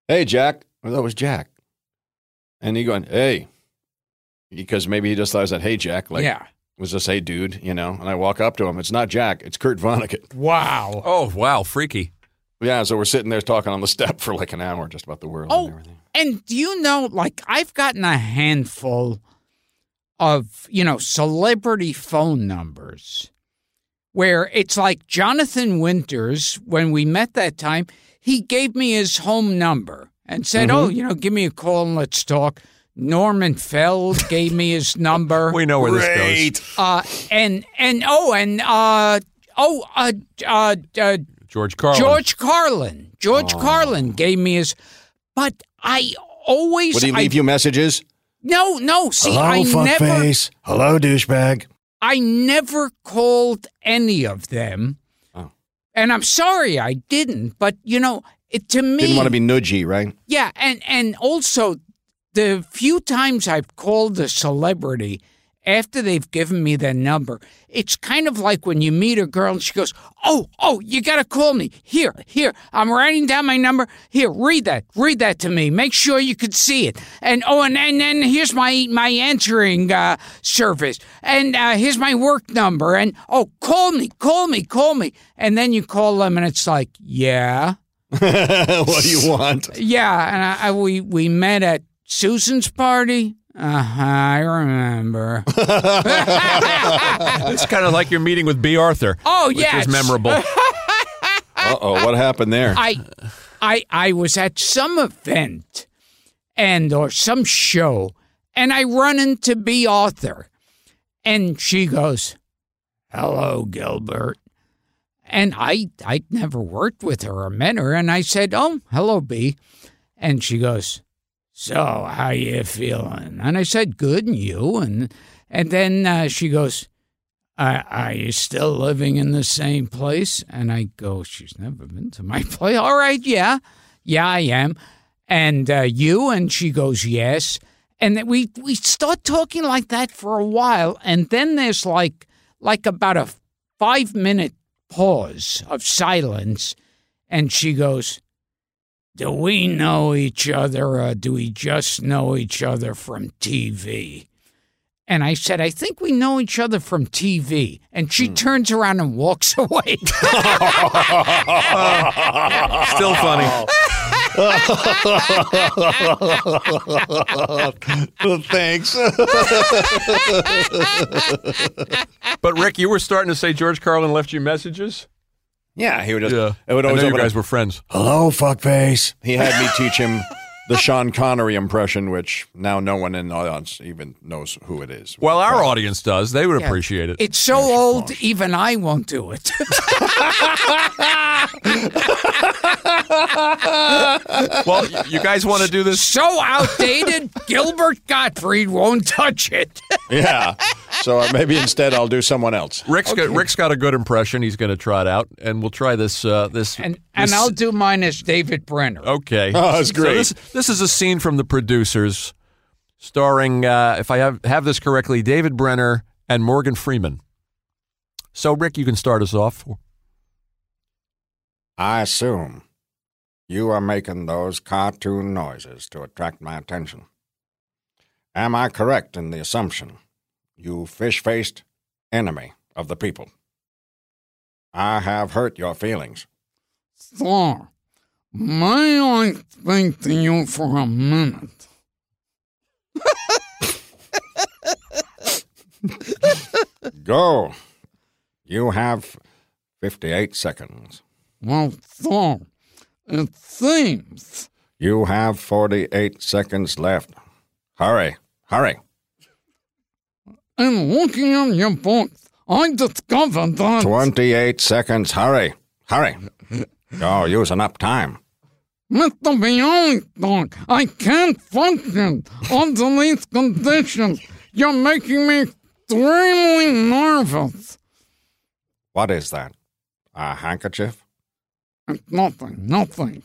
hey, Jack." Well, that was Jack. And he going, "Hey," because maybe he just thought I said, "Hey, Jack." Like,
yeah.
was this, "Hey, dude," you know? And I walk up to him. It's not Jack. It's Kurt Vonnegut. <laughs>
Wow.
oh, wow. Freaky.
Yeah. So we're sitting there talking on the step for like an hour, just about the world
Oh.
and everything.
And do you know, like, I've gotten a handful of, you know, celebrity phone numbers where it's like Jonathan Winters, when we met that time, he gave me his home number and said, Oh, you know, give me a call and let's talk. Norman Feld gave me his number.
We know where this goes.
Uh, and, and, oh, and, uh, oh, uh, uh, uh,
George Carlin.
George Carlin. George
Oh.
Carlin gave me his, but I always.
Would he leave
I,
you messages?
No, no. See,
Hello,
I never,
fuckface. Hello, douchebag.
I never called any of them,
Oh.
and I'm sorry I didn't. But you know, it to me,
Didn't want to be nudgy, right?
yeah, and and also the few times I've called a celebrity. After they've given me their number, it's kind of like when you meet a girl and she goes, "Oh, oh, you gotta call me here, here. I'm writing down my number. Here, read that, read that to me. Make sure you can see it. And oh, and and then here's my my answering uh, service, and uh, here's my work number. And oh, call me, call me, call me. And then you call them, and it's like, yeah,
<laughs>
what do you want?
yeah, and I, I, we we met at Susan's party. Uh huh. I
<laughs>
remember.
It's kind of like your meeting with B. Arthur.
Oh
which
yeah, <laughs>
was memorable.
Uh oh, what happened there?
I, I, I was at some event, and or some show, and I run into B. Arthur, and she goes, "Hello, Gilbert." And I, I'd never worked with her or met her, and I said, "Oh, hello, B," and she goes, "So, how you feeling?" And I said, "Good, and you?" And and then uh, she goes, are, are you still living in the same place? And I go, she's never been to my <laughs> place. All right, yeah, yeah, I am. And uh, you? And she goes, yes. And then we we start talking like that for a while, and then there's like like about a five minute pause of silence, and she goes, "Do we know each other, or do we just know each other from TV?" And I said, I think we know each other from TV. And she turns around and walks <laughs> away.
Still funny.
Thanks.
But Rick, you were starting to say George Carlin left you messages.
yeah, he would just.
yeah,
It would
I
always
know you
open
guys
up.
were friends.
Hello, fuckface. He had me teach
<laughs>
him the Sean Connery impression, which now no one in the audience even knows who it
<laughs>
is.
<laughs> Well, our audience does. They would appreciate it.
it's so old, even I won't do it. <laughs>
well, y- you guys want to
<laughs>
do this?
so outdated, Gilbert Gottfried won't touch it.
yeah. So uh, maybe instead I'll do someone else.
Rick's got Rick's got a good impression. He's going to try it out, and we'll try this. Uh, this
And, and
this-
I'll do mine as David Brenner.
Okay.
Oh, that's
So this, this is a scene from The Producers starring, uh, if I have, have this correctly, David Brenner and Morgan Freeman. So, Rick, you can start us off.
I assume
You are making those cartoon noises to attract my attention. Am I correct in the assumption, you fish faced enemy of the people? I have hurt your feelings.
Sir, may I speak to you for a minute?
Go. You have 58 seconds.
Well, sir, it seems
You have 48 seconds left. Hurry, hurry.
in looking at your books, I discovered that
28 seconds. Hurry,
<laughs>
hurry. You're using up time.
Mr. Bionic Dog, I can't function under these conditions. You're making me extremely nervous.
What is that? A handkerchief?
It's nothing, nothing.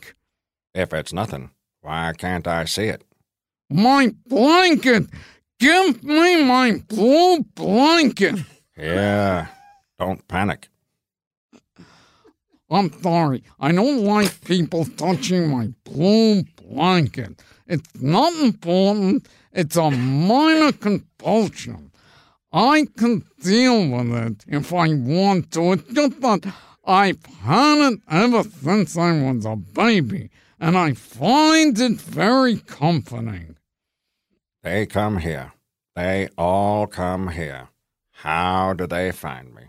If it's nothing, why can't I see it?
My blanket! Give me my blue blanket!
Yeah, don't panic.
I'm sorry, I don't like people touching my blue blanket. It's not important, it's a minor compulsion. I can deal with it if I want to. It's just that I've had it ever since I was a baby, and I find it very comforting.
They come here. They all come here. How do they find me?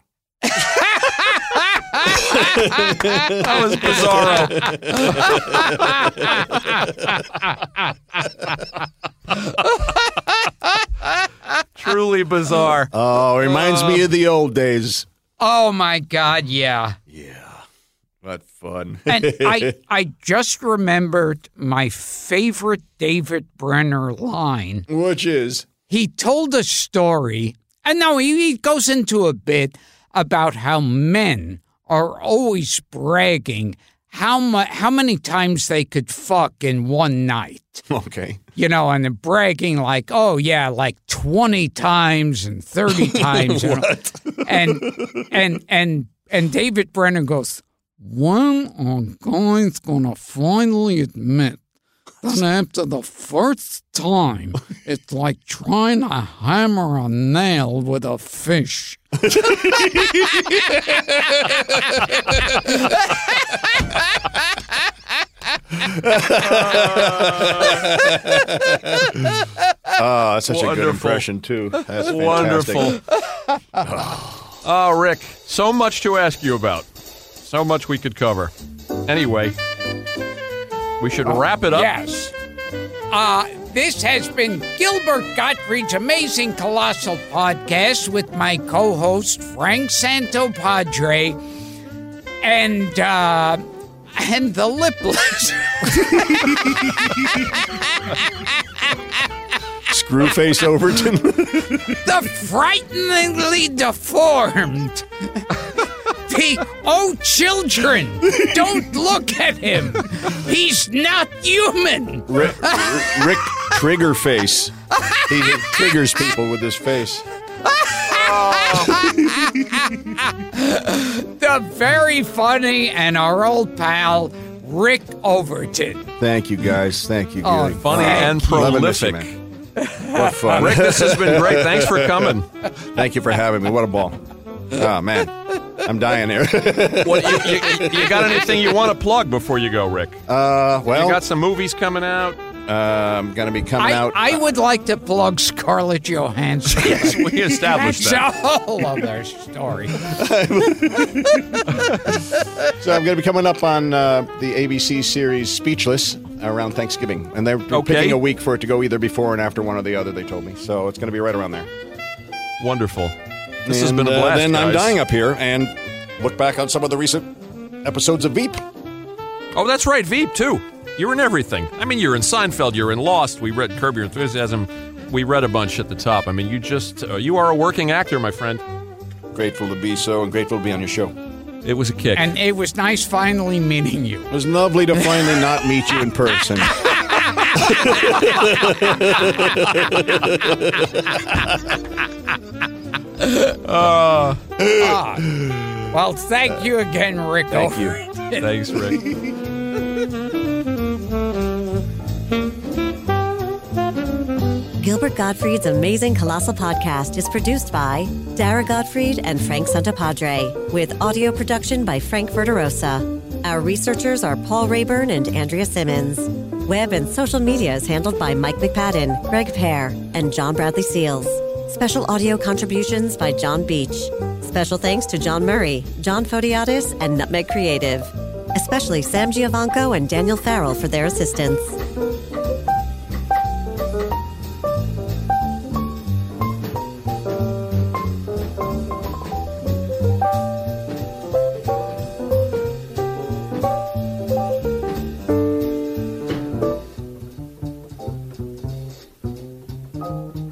that was bizarro. <laughs> Truly bizarre.
Oh, reminds me of
Um,
the old days.
Oh my God! Yeah.
What fun.
and
<laughs>
I, I just remembered my favorite David Brenner line,
<laughs> which is
he told a story, and no, he, he goes into a bit about how men are always bragging how mu- how many times they could fuck in one night.
Okay.
You know, and they're bragging like, oh yeah, like twenty times and thirty times, and-
What?
and and and and David Brennan goes, when are guys gonna finally admit that after the first time, it's like trying to hammer a nail with a fish?
Oh, that's such a good
Wonderful.
impression, too. That's fantastic.
<laughs> Wonderful. <laughs> Oh, Rick, so much to ask you about. So much we could cover. Anyway, we should
Oh,
wrap it up.
Yes. Uh, this has been Gilbert Gottfried's Amazing Colossal Podcast with my co host, Frank Santopadre, and, uh, and the lipless. <laughs>
Screwface Overton.
the frighteningly deformed. <laughs> The oh, children, don't look at him. He's not human.
Rick, Rick Triggerface. He triggers people with his face.
<laughs> The very funny and our old pal, Rick Overton.
Thank you, guys. Thank you,
Oh,
Gary.
funny and
Loving this,
prolific.
man. What fun.
Rick, this has been great. Thanks for coming.
<laughs> Thank you for having me. What a ball. Oh, man. I'm dying here. <laughs>
What, you, you, you got anything you want to plug before you go, Rick?
Uh, well,
you got some movies coming out. <laughs>
uh, I'm going to be coming
I,
out.
I would like to plug Scarlett Johansson.
<laughs>
yes,
We established
That's
that.
a whole other story.
So I'm going to be coming up on uh, the ABC series Speechless around Thanksgiving, and they're
Okay.
picking a week for it to go either before and after one or the other. They told me, so it's going to be right around there.
Wonderful. This has
And,
been a
uh,
blast.
then I'm
guys.
dying up here, and look back on some of the recent episodes of Veep.
Oh, that's right, Veep too. You're in everything. I mean, you're in Seinfeld. You're in Lost. We read Curb Your Enthusiasm. We read a bunch at the top. I mean, you just uh, you are a working actor, my friend.
Grateful to be so, and grateful to be on your show. It
It was a kick.
And it was nice finally meeting you.
was lovely to finally not meet you in person.
Uh,
Ah, well, thank you again, Rick
Thank you.
Overton.
thanks, Rick.
Gilbert Gottfried's amazing Colossal podcast is produced by Dara Gottfried and Frank Santapadre, with audio production by Frank Verderosa. Our researchers are Paul Rayburn and Andrea Simmons. Web and social media is handled by Mike McPadden, Greg Pear, and John Bradley Seals. Special audio contributions by John Beach. Special thanks to John Murray, John Fodiatis, and Nutmeg Creative, especially Sam Giovanco and Daniel Farrell for their assistance.
Thank you.